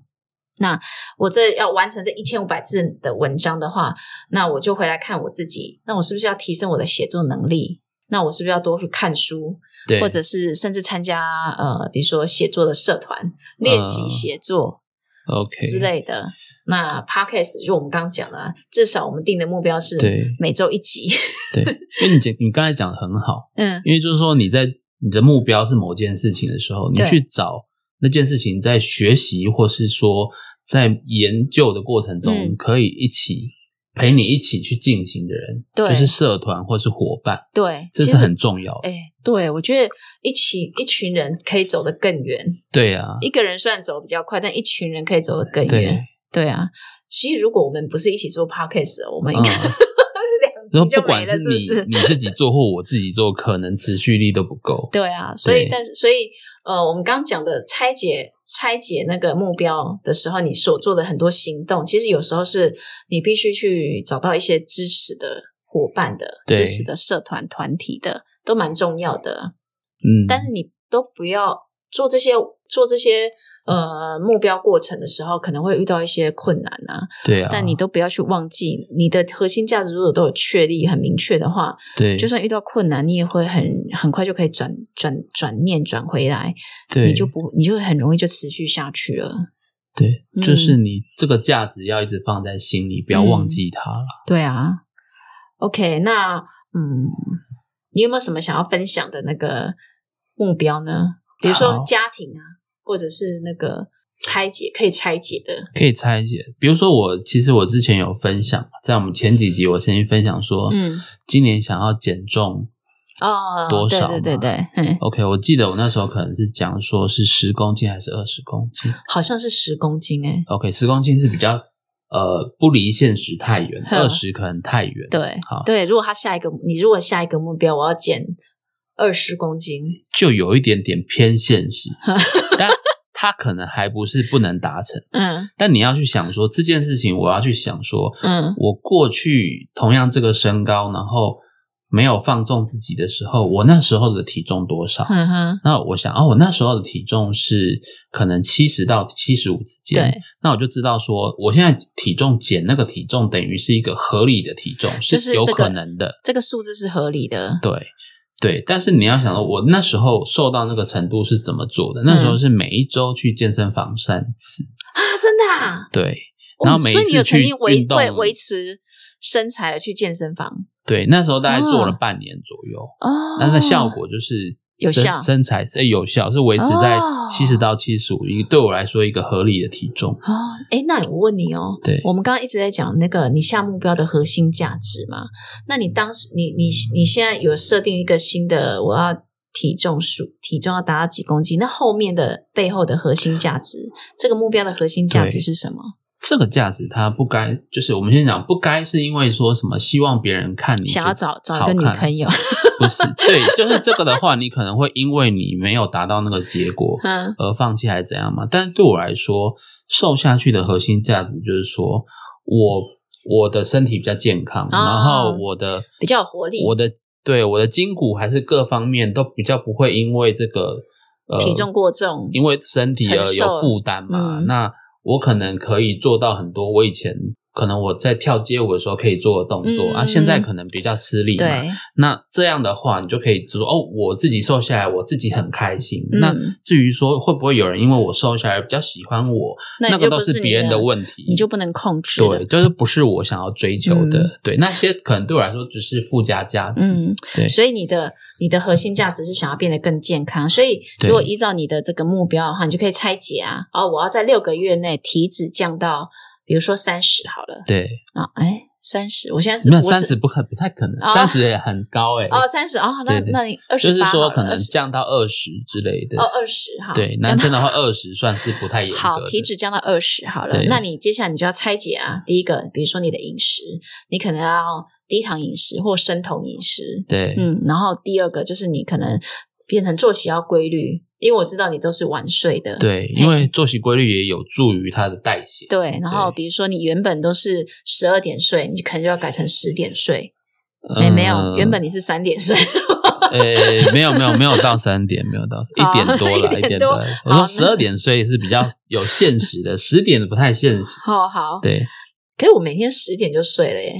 Speaker 2: 我这要完成这一千五百字的文章的话，那我就回来看我自己，那我是不是要提升我的写作能力？那我是不是要多去看书，
Speaker 1: 对，
Speaker 2: 或者是甚至参加呃，比如说写作的社团，练
Speaker 1: 嗯
Speaker 2: 习写作
Speaker 1: OK
Speaker 2: 之类的。那 podcast 就我们刚刚讲了，至少我们定的目标是
Speaker 1: 对
Speaker 2: 每周一集。
Speaker 1: 对， 因为你讲你刚才讲的很好，
Speaker 2: 嗯，
Speaker 1: 因为就是说你在你的目标是某件事情的时候，你
Speaker 2: 对
Speaker 1: 去找那件事情，在学习或是说在研究的过程中，
Speaker 2: 嗯
Speaker 1: 可以一起陪你一起去进行的人，
Speaker 2: 对
Speaker 1: 就是社团或是伙伴，
Speaker 2: 对，
Speaker 1: 这
Speaker 2: 其
Speaker 1: 是
Speaker 2: 实
Speaker 1: 很重要的。
Speaker 2: 哎、对我觉得一起一群人可以走得更远，
Speaker 1: 对 啊，
Speaker 2: 一个人虽然走比较快，但一群人可以走得更远
Speaker 1: 对。，
Speaker 2: 对啊，其实如果我们不是一起做 podcast，我们应
Speaker 1: 嗯
Speaker 2: 该、。两
Speaker 1: 然后
Speaker 2: 集
Speaker 1: 不
Speaker 2: 就
Speaker 1: 管
Speaker 2: 没了，
Speaker 1: 是
Speaker 2: 是不
Speaker 1: 你
Speaker 2: 是？
Speaker 1: 你自己做或我自己做，可能持续力都不够。
Speaker 2: 对啊，所以
Speaker 1: 对
Speaker 2: 但是所以呃，我们刚刚讲的拆解拆解那个目标的时候，你所做的很多行动，其实有时候是你必须去找到一些支持的伙伴的、
Speaker 1: 对
Speaker 2: 支持的社团团体的，都蛮重要的。
Speaker 1: 嗯，
Speaker 2: 但是你都不要做这些做这些呃目标过程的时候，可能会遇到一些困难啊，
Speaker 1: 对啊，
Speaker 2: 但你都不要去忘记，你的核心价值如果都有确立、很明确的话，
Speaker 1: 对，
Speaker 2: 就算遇到困难，你也会很很快就可以转转转念转回来，
Speaker 1: 对
Speaker 2: 你就不你就会很容易就持续下去了。
Speaker 1: 对，就是
Speaker 2: 嗯
Speaker 1: 你这个价值要一直放在心里，不要忘
Speaker 2: 嗯
Speaker 1: 记它了。
Speaker 2: 对啊，OK，那嗯，你有没有什么想要分享的那个目标呢？比如说
Speaker 1: 好
Speaker 2: 家庭啊，或者是那个拆解可以拆解的，
Speaker 1: 可以拆解。比如说我，其实我之前有分享，在我们前几集我曾经分享说，
Speaker 2: 嗯，
Speaker 1: 今年想要减重。
Speaker 2: 哦，
Speaker 1: 多少
Speaker 2: 对对对
Speaker 1: 嘛
Speaker 2: 对，嗯，
Speaker 1: OK，我记得我那时候可能是讲说是十公斤还是二十公斤。
Speaker 2: 好像是十公斤哎、
Speaker 1: OK，十公斤是比较呃不离现实太远，
Speaker 2: 嗯
Speaker 1: 二十可能太远。
Speaker 2: 对，
Speaker 1: 好
Speaker 2: 对，如果他下一个，你如果下一个目标，我要减二十公斤，
Speaker 1: 就有一点点偏现 实，但它可能还不是不能达成。
Speaker 2: 嗯
Speaker 1: 但你要去想说这件事情，我要去想说，
Speaker 2: 嗯
Speaker 1: 我过去同样这个身高，然后没有放纵自己的时候，我那时候的体重多 少？
Speaker 2: 嗯哼，
Speaker 1: 那我想，哦，我那时候的体重是可能七十到七十五之间，
Speaker 2: 对，
Speaker 1: 那我就知道说，我现在体重减那个体重，等于是一个合理的体重，
Speaker 2: 就是
Speaker 1: 有
Speaker 2: 这个
Speaker 1: 可能的。
Speaker 2: 这个数字是合理的，
Speaker 1: 对对，但是你要想到，我那时候瘦到那个程度是怎么做的？那时
Speaker 2: 嗯
Speaker 1: 候是每一周去健身房三次，
Speaker 2: 啊，真的啊！
Speaker 1: 对
Speaker 2: 哦
Speaker 1: 然后每一
Speaker 2: 所以你有
Speaker 1: 次
Speaker 2: 曾
Speaker 1: 去
Speaker 2: 经维
Speaker 1: 运动
Speaker 2: 为维持身材而去健身房
Speaker 1: 对，那时候大概做了
Speaker 2: 哦
Speaker 1: 半年左右，
Speaker 2: 哦，
Speaker 1: 但是效果就是
Speaker 2: 有
Speaker 1: 身
Speaker 2: 效
Speaker 1: 身材这有效是维持在
Speaker 2: 哦
Speaker 1: 七十到七十五，一个对我来说一个合理的体重。
Speaker 2: 哦，哎，那我问你哦，
Speaker 1: 对
Speaker 2: 我们刚刚一直在讲那个你下目标的核心价值嘛，那你当时你你你现在有设定一个新的我要体重数，体重要达到几公斤？那后面的背后的核心价值，这个目标的核心价值
Speaker 1: 对
Speaker 2: 是什么？
Speaker 1: 这个价值它不该，就是我们先讲，不该是因为说什么希望别人看你
Speaker 2: 想要
Speaker 1: 就
Speaker 2: 找找
Speaker 1: 嗯
Speaker 2: 一
Speaker 1: 好
Speaker 2: 个女
Speaker 1: 看
Speaker 2: 朋友，
Speaker 1: 不是对，就是这个的话，你可能会因为你没有达到那个结果
Speaker 2: 嗯
Speaker 1: 而放弃还是怎样嘛？但是对我来说，瘦下去的核心价值就是说我我的身体比较健康，
Speaker 2: 啊
Speaker 1: 然后我的
Speaker 2: 比较有活力
Speaker 1: 我的对我的筋骨还是各方面都比较不会因为这个呃
Speaker 2: 体重过重
Speaker 1: 因为身体而
Speaker 2: 承受
Speaker 1: 有负担嘛。
Speaker 2: 嗯
Speaker 1: 那我可能可以做到很多我以前可能我在跳街舞的时候可以做的动作、
Speaker 2: 嗯
Speaker 1: 啊，现在可能比较吃力嘛。
Speaker 2: 对，
Speaker 1: 那这样的话，你就可以说哦，我自己瘦下来，我自己很开心。
Speaker 2: 嗯
Speaker 1: 那至于说会不会有人因为我瘦下来比较喜欢我，
Speaker 2: 那
Speaker 1: 那
Speaker 2: 你
Speaker 1: 个
Speaker 2: 就不
Speaker 1: 都
Speaker 2: 是
Speaker 1: 别人
Speaker 2: 的
Speaker 1: 的，问题，
Speaker 2: 你就不能控制了
Speaker 1: 对，。就是不是我想要追求的。
Speaker 2: 嗯
Speaker 1: 对，那些可能对我来说只是附加价值。
Speaker 2: 嗯，
Speaker 1: 对
Speaker 2: 所以你的你的核心价值是想要变得更健康，所以
Speaker 1: 对
Speaker 2: 如果依照你的这个目标的话，你就可以拆解啊，哦，我要在六个月内体脂降到，比如说三十好了
Speaker 1: 对，
Speaker 2: 啊，哎，三十，我现在是
Speaker 1: 那
Speaker 2: 我
Speaker 1: 三
Speaker 2: 是
Speaker 1: 十不可不太可能
Speaker 2: 哦，
Speaker 1: 三十也很高哎。
Speaker 2: 哦三十哦，那
Speaker 1: 对对
Speaker 2: 那你二
Speaker 1: 就
Speaker 2: 十
Speaker 1: 是
Speaker 2: 八
Speaker 1: 说可能降到二十之类的
Speaker 2: 哦。二十哈，
Speaker 1: 对，
Speaker 2: 降
Speaker 1: 男
Speaker 2: 到
Speaker 1: 生的话二十算是不太严格
Speaker 2: 好，
Speaker 1: 的
Speaker 2: 体脂降到二十好了，
Speaker 1: 对
Speaker 2: 那你接下来你就要拆解啊。第一个，比如说你的饮食，啊你可能要低糖饮食或生酮饮食，
Speaker 1: 对，
Speaker 2: 嗯，然后第二个就是你可能变成作息要规律，因为我知道你都是晚睡的，
Speaker 1: 对，
Speaker 2: 嘿
Speaker 1: 因为作息规律也有助于它的代谢。
Speaker 2: 对。然后
Speaker 1: 对
Speaker 2: 比如说你原本都是十二点睡，你可能就要改成十点睡，
Speaker 1: 呃
Speaker 2: 没、没有，原本你是三点睡，
Speaker 1: 呃，没有没有没有到三点，没有到
Speaker 2: 好
Speaker 1: 一点多了，
Speaker 2: 哦 一
Speaker 1: 一
Speaker 2: 点
Speaker 1: 点
Speaker 2: 多
Speaker 1: 多了。我
Speaker 2: 好
Speaker 1: 说十二点睡是比较有现实的，十点不太现实。
Speaker 2: 好好。
Speaker 1: 对，嗯
Speaker 2: 可是我每天十点就睡了耶，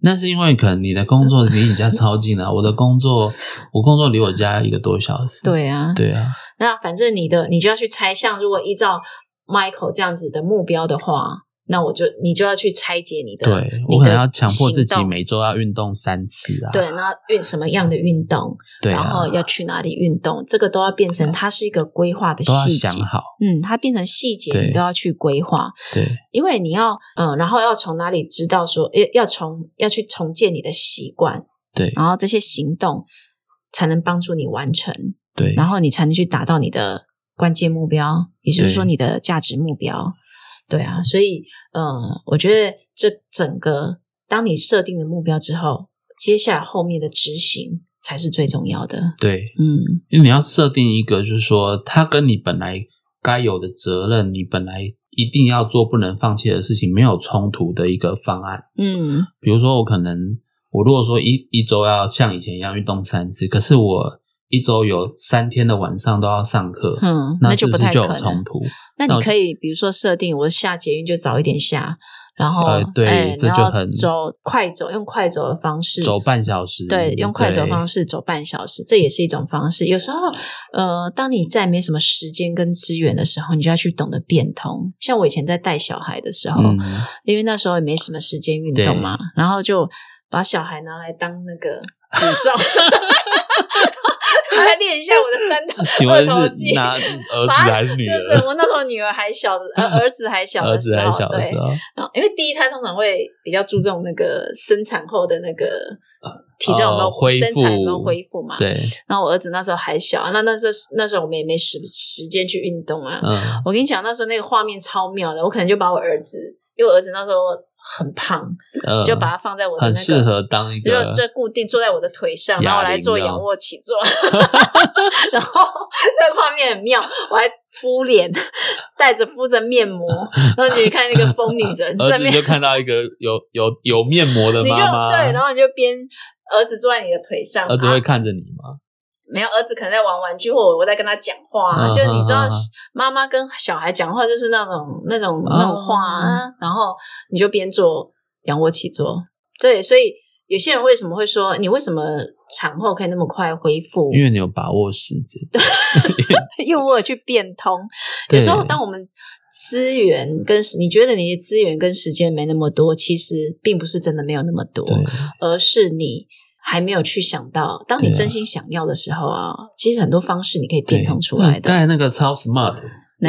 Speaker 1: 那是因为可能你的工作离你家超近啊，我的工作我工作离我家一个多小时。
Speaker 2: 对啊，
Speaker 1: 对啊，
Speaker 2: 那反正你的你就要去猜，像如果依照 Michael 这样子的目标的话，那我就你就要去拆解你的，
Speaker 1: 对
Speaker 2: 你
Speaker 1: 我可
Speaker 2: 的
Speaker 1: 能要强迫自
Speaker 2: 行
Speaker 1: 己
Speaker 2: 动
Speaker 1: 每周要运动三次啊。
Speaker 2: 对，那运什么样的运动，
Speaker 1: 对啊，
Speaker 2: 然后要去哪里运动，这个都要变成它是一个规划的
Speaker 1: 都要
Speaker 2: 细节
Speaker 1: 想。好。
Speaker 2: 嗯，它变成细节，
Speaker 1: 对
Speaker 2: 你都要去规划，
Speaker 1: 对
Speaker 2: 因为你要嗯，然后要从哪里知道说，要要从要去重建你的习惯，
Speaker 1: 对
Speaker 2: 然后这些行动才能帮助你完成，
Speaker 1: 对，
Speaker 2: 然后你才能去达到你的关键目标，也就是说
Speaker 1: 对
Speaker 2: 你的价值目标。对啊，所以呃，我觉得这整个当你设定了目标之后，接下来后面的执行才是最重要的。
Speaker 1: 对，
Speaker 2: 嗯，
Speaker 1: 因为你要设定一个，就是说，它跟你本来该有的责任，你本来一定要做、不能放弃的事情没有冲突的一个方案。
Speaker 2: 嗯
Speaker 1: 比如说，我可能我如果说一一周要像以前一样运动三次，可是我一周有三天的晚上都要上课，
Speaker 2: 嗯，
Speaker 1: 那
Speaker 2: 就是不
Speaker 1: 不是
Speaker 2: 太
Speaker 1: 就
Speaker 2: 可
Speaker 1: 有冲
Speaker 2: 能。
Speaker 1: 突？
Speaker 2: 那
Speaker 1: 那
Speaker 2: 你
Speaker 1: 我
Speaker 2: 可以比如说设定，我下捷运就早一点下，然后、
Speaker 1: 呃对
Speaker 2: 哎，
Speaker 1: 这
Speaker 2: 然
Speaker 1: 就
Speaker 2: 后
Speaker 1: 很
Speaker 2: 走快走，用快走的方式
Speaker 1: 走半小时，
Speaker 2: 对，用快走方
Speaker 1: 式，
Speaker 2: 式走半小时，这也是一种方式。有时候，呃，当你在没什么时间跟资源的时候，你就要去懂得变通。像我以前在带小孩的时候，
Speaker 1: 嗯，
Speaker 2: 因为那时候也没什么时间运动嘛，然后就把小孩拿来当那个体重， 来练一下我的三头
Speaker 1: 请
Speaker 2: 二
Speaker 1: 问
Speaker 2: 头肌
Speaker 1: 是。拿儿 子还是女
Speaker 2: 就
Speaker 1: 儿？
Speaker 2: 是我那时候女儿还小的，呃，儿子还小
Speaker 1: 儿
Speaker 2: 的时
Speaker 1: 子
Speaker 2: 候，
Speaker 1: 还小的
Speaker 2: 对
Speaker 1: 时，候，
Speaker 2: 然后因为第一胎通常会比较注重那个生产后的那个体重有没有、
Speaker 1: 哦恢
Speaker 2: 生产有没有
Speaker 1: 复
Speaker 2: 恢复嘛。
Speaker 1: 对，
Speaker 2: 然后我儿子那时候还小，那那时候那时候我们也没时时间去运动啊。
Speaker 1: 嗯，
Speaker 2: 我跟你讲，那时候那个画面超妙的，我可能就把我儿子，因为我儿子那时候很胖，
Speaker 1: 呃，
Speaker 2: 就把它放在我的
Speaker 1: 很
Speaker 2: 那
Speaker 1: 适
Speaker 2: 个。
Speaker 1: 合当一
Speaker 2: 就
Speaker 1: 个
Speaker 2: 这固定坐在我的腿上，然后我
Speaker 1: 哑
Speaker 2: 来
Speaker 1: 铃
Speaker 2: 做
Speaker 1: 啊
Speaker 2: 仰卧起坐， 然后那个画面很妙，我还敷脸，带着敷着面膜，然后你看那个疯女人
Speaker 1: 儿
Speaker 2: 上
Speaker 1: 子
Speaker 2: 面
Speaker 1: 就看到一个有有有面膜的
Speaker 2: 你就
Speaker 1: 妈妈，
Speaker 2: 对，然后你就边儿子坐在你的腿上，
Speaker 1: 儿子
Speaker 2: 啊
Speaker 1: 会看着你吗？
Speaker 2: 没有儿子可能在玩玩具，或者我在跟他讲话、啊
Speaker 1: 嗯
Speaker 2: 就是你知道
Speaker 1: 嗯嗯嗯
Speaker 2: 妈妈跟小孩讲话就是那种那种那种话
Speaker 1: 嗯
Speaker 2: 啊，然后你就边做仰卧起坐，对，所以有些人为什么会说你为什么产后可以那么快恢复？
Speaker 1: 因为你有把握时间，
Speaker 2: 因为我有去变通，
Speaker 1: 对
Speaker 2: 有时候当我们资源跟你觉得你的资源跟时间没那么多，其实并不是真的没有那么多，
Speaker 1: 对，
Speaker 2: 而是你还没有去想到，当你
Speaker 1: 对啊
Speaker 2: 真心想要的时候啊，其实很多方式你可以变通出来
Speaker 1: 对嗯刚
Speaker 2: 的。
Speaker 1: 才那个超 smart，
Speaker 2: 哪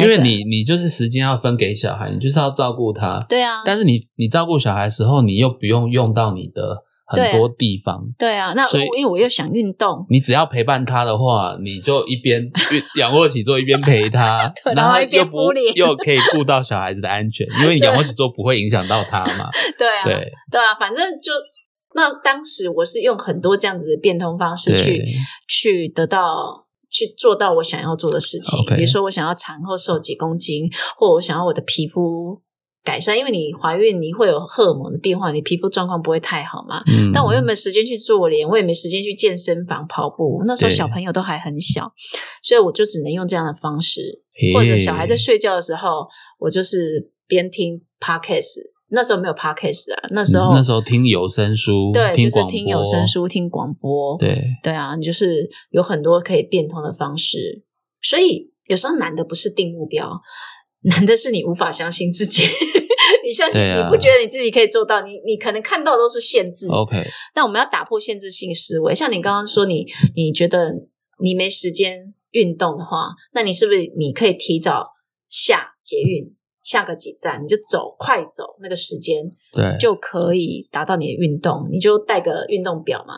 Speaker 1: 因
Speaker 2: 一个
Speaker 1: 为你你就是时间要分给小孩，你就是要照顾他，
Speaker 2: 对啊，
Speaker 1: 但是你你照顾小孩的时候，你又不用用到你的很多地方。
Speaker 2: 对啊。那
Speaker 1: 所以
Speaker 2: 我因为我又想运动，
Speaker 1: 你只要陪伴他的话，你就一边运 仰卧起坐一边陪他
Speaker 2: 对，然
Speaker 1: 然
Speaker 2: 后
Speaker 1: 后
Speaker 2: 一边
Speaker 1: 又
Speaker 2: 敷
Speaker 1: 不
Speaker 2: 脸
Speaker 1: 又可以顾到小孩子的安全， 因为仰卧起坐不会影响到他嘛。
Speaker 2: 对啊，
Speaker 1: 对
Speaker 2: 对啊，反正就那当时我是用很多这样子的变通方式去
Speaker 1: 对
Speaker 2: 去得到。去做到我想要做的事情
Speaker 1: OK
Speaker 2: 比如说我想要产后瘦几公斤，或我想要我的皮肤改善，因为你怀孕你会有荷尔蒙的变化，你皮肤状况不会太好嘛。
Speaker 1: 嗯，
Speaker 2: 但我又没有时间去做脸，我也没时间去健身房跑步。那时候
Speaker 1: 对
Speaker 2: 小朋友都还很小，所以我就只能用这样的方式，或者小孩在
Speaker 1: 嘿
Speaker 2: 睡觉的时候，我就是边听 podcast。那时候没有 podcast 啊，那时候、
Speaker 1: 嗯那时候听有声书，
Speaker 2: 对，
Speaker 1: 广
Speaker 2: 就是
Speaker 1: 播
Speaker 2: 听有声，书、听广播。
Speaker 1: 对
Speaker 2: 对啊，你就是有很多可以变通的方式。所以有时候难的不是定目标， 难的是你无法相信自己。 你相信、
Speaker 1: 对啊
Speaker 2: 你不觉得你自己可以做到，你你可能看到都是限制。
Speaker 1: ，OK，
Speaker 2: 那我们要打破限制性思维。像你刚刚说你，你觉得你没时间运动的话，那你是不是你可以提早下捷运，下个几站你就走，快走那个时间
Speaker 1: 对，
Speaker 2: 就可以达到你的运动，你就带个运动表嘛，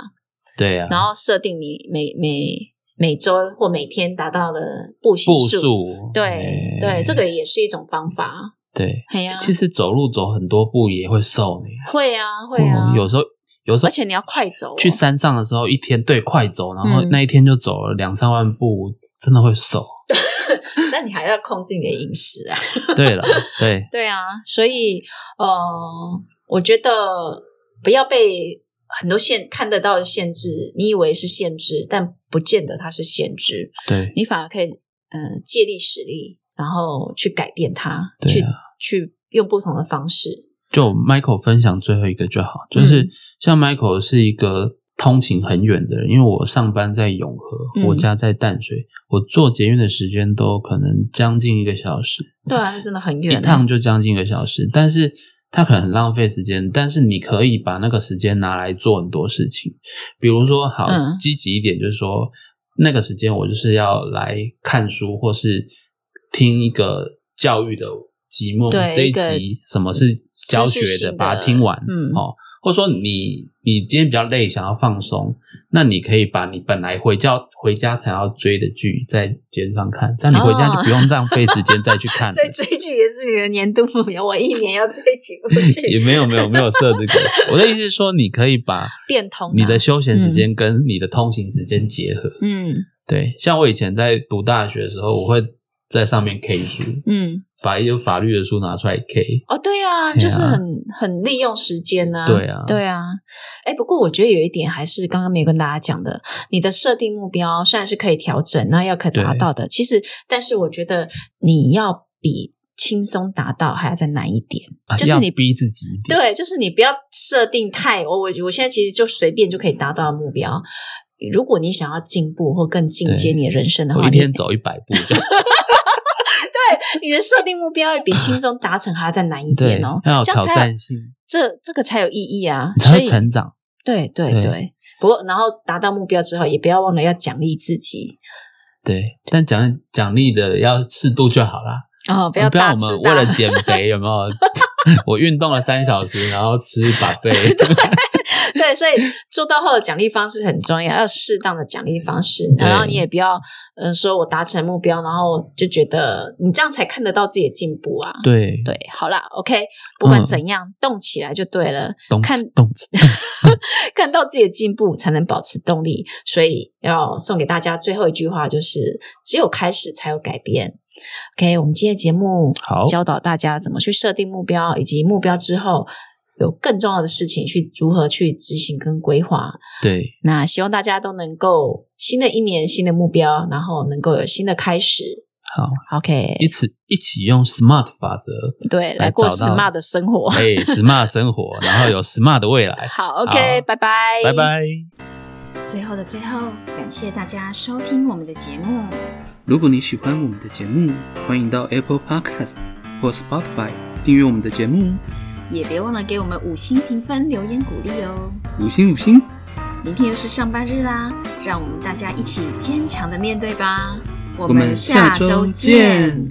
Speaker 1: 对啊呀、
Speaker 2: 然后设定你每每每周或每天达到的步行
Speaker 1: 步
Speaker 2: 数。
Speaker 1: 数，
Speaker 2: 对、
Speaker 1: 哎
Speaker 2: 对，这个也是一种方法。
Speaker 1: 对。
Speaker 2: 嘿呀、
Speaker 1: 其实走路走很多步也会瘦呢，
Speaker 2: 会啊会啊
Speaker 1: 嗯，有时候有时候
Speaker 2: 而且你要快走哦、
Speaker 1: 去山上的时候，一天对快走，然后
Speaker 2: 嗯
Speaker 1: 那一天就走了两三万步，真的会瘦。
Speaker 2: 那你还要控制你的饮食啊。
Speaker 1: 对了，对
Speaker 2: 对啊，所以呃，我觉得不要被很多限看得到的限制，你以为是限制，但不见得它是限制，
Speaker 1: 对
Speaker 2: 你反而可以呃借力使力，然后去改变它，
Speaker 1: 对啊，
Speaker 2: 去去用不同的方式。
Speaker 1: 就 Michael 分享最后一个就好，就是像 Michael 是一个通勤很远的人，因为我上班在永
Speaker 2: 嗯
Speaker 1: 和，我家在淡水，我坐捷运的时间都可能将近一个小时，
Speaker 2: 对啊，那真的很
Speaker 1: 嗯一
Speaker 2: 远、
Speaker 1: 趟就将近一个小时，但是它可能很浪费时间，但是你可以把那个时间拿来做很多事情，比如说好、
Speaker 2: 嗯
Speaker 1: 积极一点，就是说那个时间我就是要来看书，或是听一个教育的节目，
Speaker 2: 对
Speaker 1: 这
Speaker 2: 一
Speaker 1: 一
Speaker 2: 个
Speaker 1: 集什么是教学
Speaker 2: 知识性的
Speaker 1: 把它听完，
Speaker 2: 嗯
Speaker 1: 哦。或者说你你今天比较累，想要放松，那你可以把你本来回家回家才要追的剧在街上看，这样你回家
Speaker 2: 哦
Speaker 1: 就不用浪费时间再去看了。
Speaker 2: 所以追剧也是你的年度目标，我一年要追几部
Speaker 1: 也
Speaker 2: 剧，
Speaker 1: 没有没有没有设这个。我的意思是说，你可以把
Speaker 2: 变通啊
Speaker 1: 你的休闲时间跟你的通勤时间结合。
Speaker 2: 嗯
Speaker 1: 对，像我以前在读大学的时候，我会在上面 K 书，
Speaker 2: 嗯，
Speaker 1: 把一些法律的书拿出来 K。
Speaker 2: 哦，对啊，
Speaker 1: 对啊
Speaker 2: 就是很很利用时间呐、
Speaker 1: 对啊
Speaker 2: 对啊。哎，不过我觉得有一点还是刚刚没有跟大家讲的，你的设定目标虽然是可以调整，那要可达到的，其实，但是我觉得你要比轻松达到还要再难一点。
Speaker 1: 啊
Speaker 2: 就是
Speaker 1: 要
Speaker 2: 你
Speaker 1: 逼自己一点，
Speaker 2: 对，就是你不要设定太我我我现在其实就随便就可以达到的目标。如果你想要进步或更进阶
Speaker 1: 对
Speaker 2: 你的人生的
Speaker 1: 我
Speaker 2: 话，
Speaker 1: 一
Speaker 2: 啊你
Speaker 1: 天走一百步这样。
Speaker 2: 你的设定目标要比轻松达成还要再难一
Speaker 1: 对
Speaker 2: 点哦，，
Speaker 1: 要有
Speaker 2: 这
Speaker 1: 挑
Speaker 2: 样才有
Speaker 1: 战性，
Speaker 2: 这这个才有意义啊，
Speaker 1: 你才
Speaker 2: 所
Speaker 1: 会
Speaker 2: 以。
Speaker 1: 成长。
Speaker 2: 对对对。
Speaker 1: 对
Speaker 2: 不过，然后达到目标之后，也不要忘了要奖励自己
Speaker 1: 对，但奖奖励的要适度就好啦。
Speaker 2: 哦，不
Speaker 1: 不
Speaker 2: 要大
Speaker 1: 我
Speaker 2: 吃
Speaker 1: 们为
Speaker 2: 大
Speaker 1: 了
Speaker 2: 喝。
Speaker 1: 减肥有没有？我运动了三小时，然后吃把费。
Speaker 2: 对，所以做到后的奖励方式很重要，要适当的奖励方式，
Speaker 1: 对
Speaker 2: 然后你也不要嗯、呃说我达成目标，然后就觉得你这样才看得到自己的进步啊。
Speaker 1: 对，
Speaker 2: 对，好啦 o、k 不管
Speaker 1: 嗯
Speaker 2: 怎样，动起来就对了。
Speaker 1: 动
Speaker 2: 看
Speaker 1: 次动次，
Speaker 2: 看到自己的进步，才能保持动力。所以要送给大家最后一句话，就是只有开始才有改变。OK，我们今天的节目
Speaker 1: 好
Speaker 2: 教导大家怎么去设定目标，以及目标之后有更重要的事情去如何去执行跟规划。
Speaker 1: 对，
Speaker 2: 那希望大家都能够新的一年新的目标，然后能够有新的开始。
Speaker 1: 好，
Speaker 2: OK，
Speaker 1: 一起一起用 SMART 法则，
Speaker 2: 对，
Speaker 1: 来
Speaker 2: 来过
Speaker 1: 找到
Speaker 2: smart 的生活。
Speaker 1: 哎，SMART 生活，然后有 SMART 的未来，
Speaker 2: 好，OK，
Speaker 1: 好
Speaker 2: 拜拜，
Speaker 1: 拜拜。
Speaker 3: 最后的最后，感谢大家收听我们的节目。
Speaker 4: 如果你喜欢我们的节目，欢迎到 Apple Podcast 或 Spotify 订阅我们的节目，
Speaker 3: 也别忘了给我们五星评分、留言鼓励哦。
Speaker 4: 五星五星。
Speaker 3: 明天又是上班日啦，让我们大家一起坚强的面对吧。我
Speaker 4: 我们下周见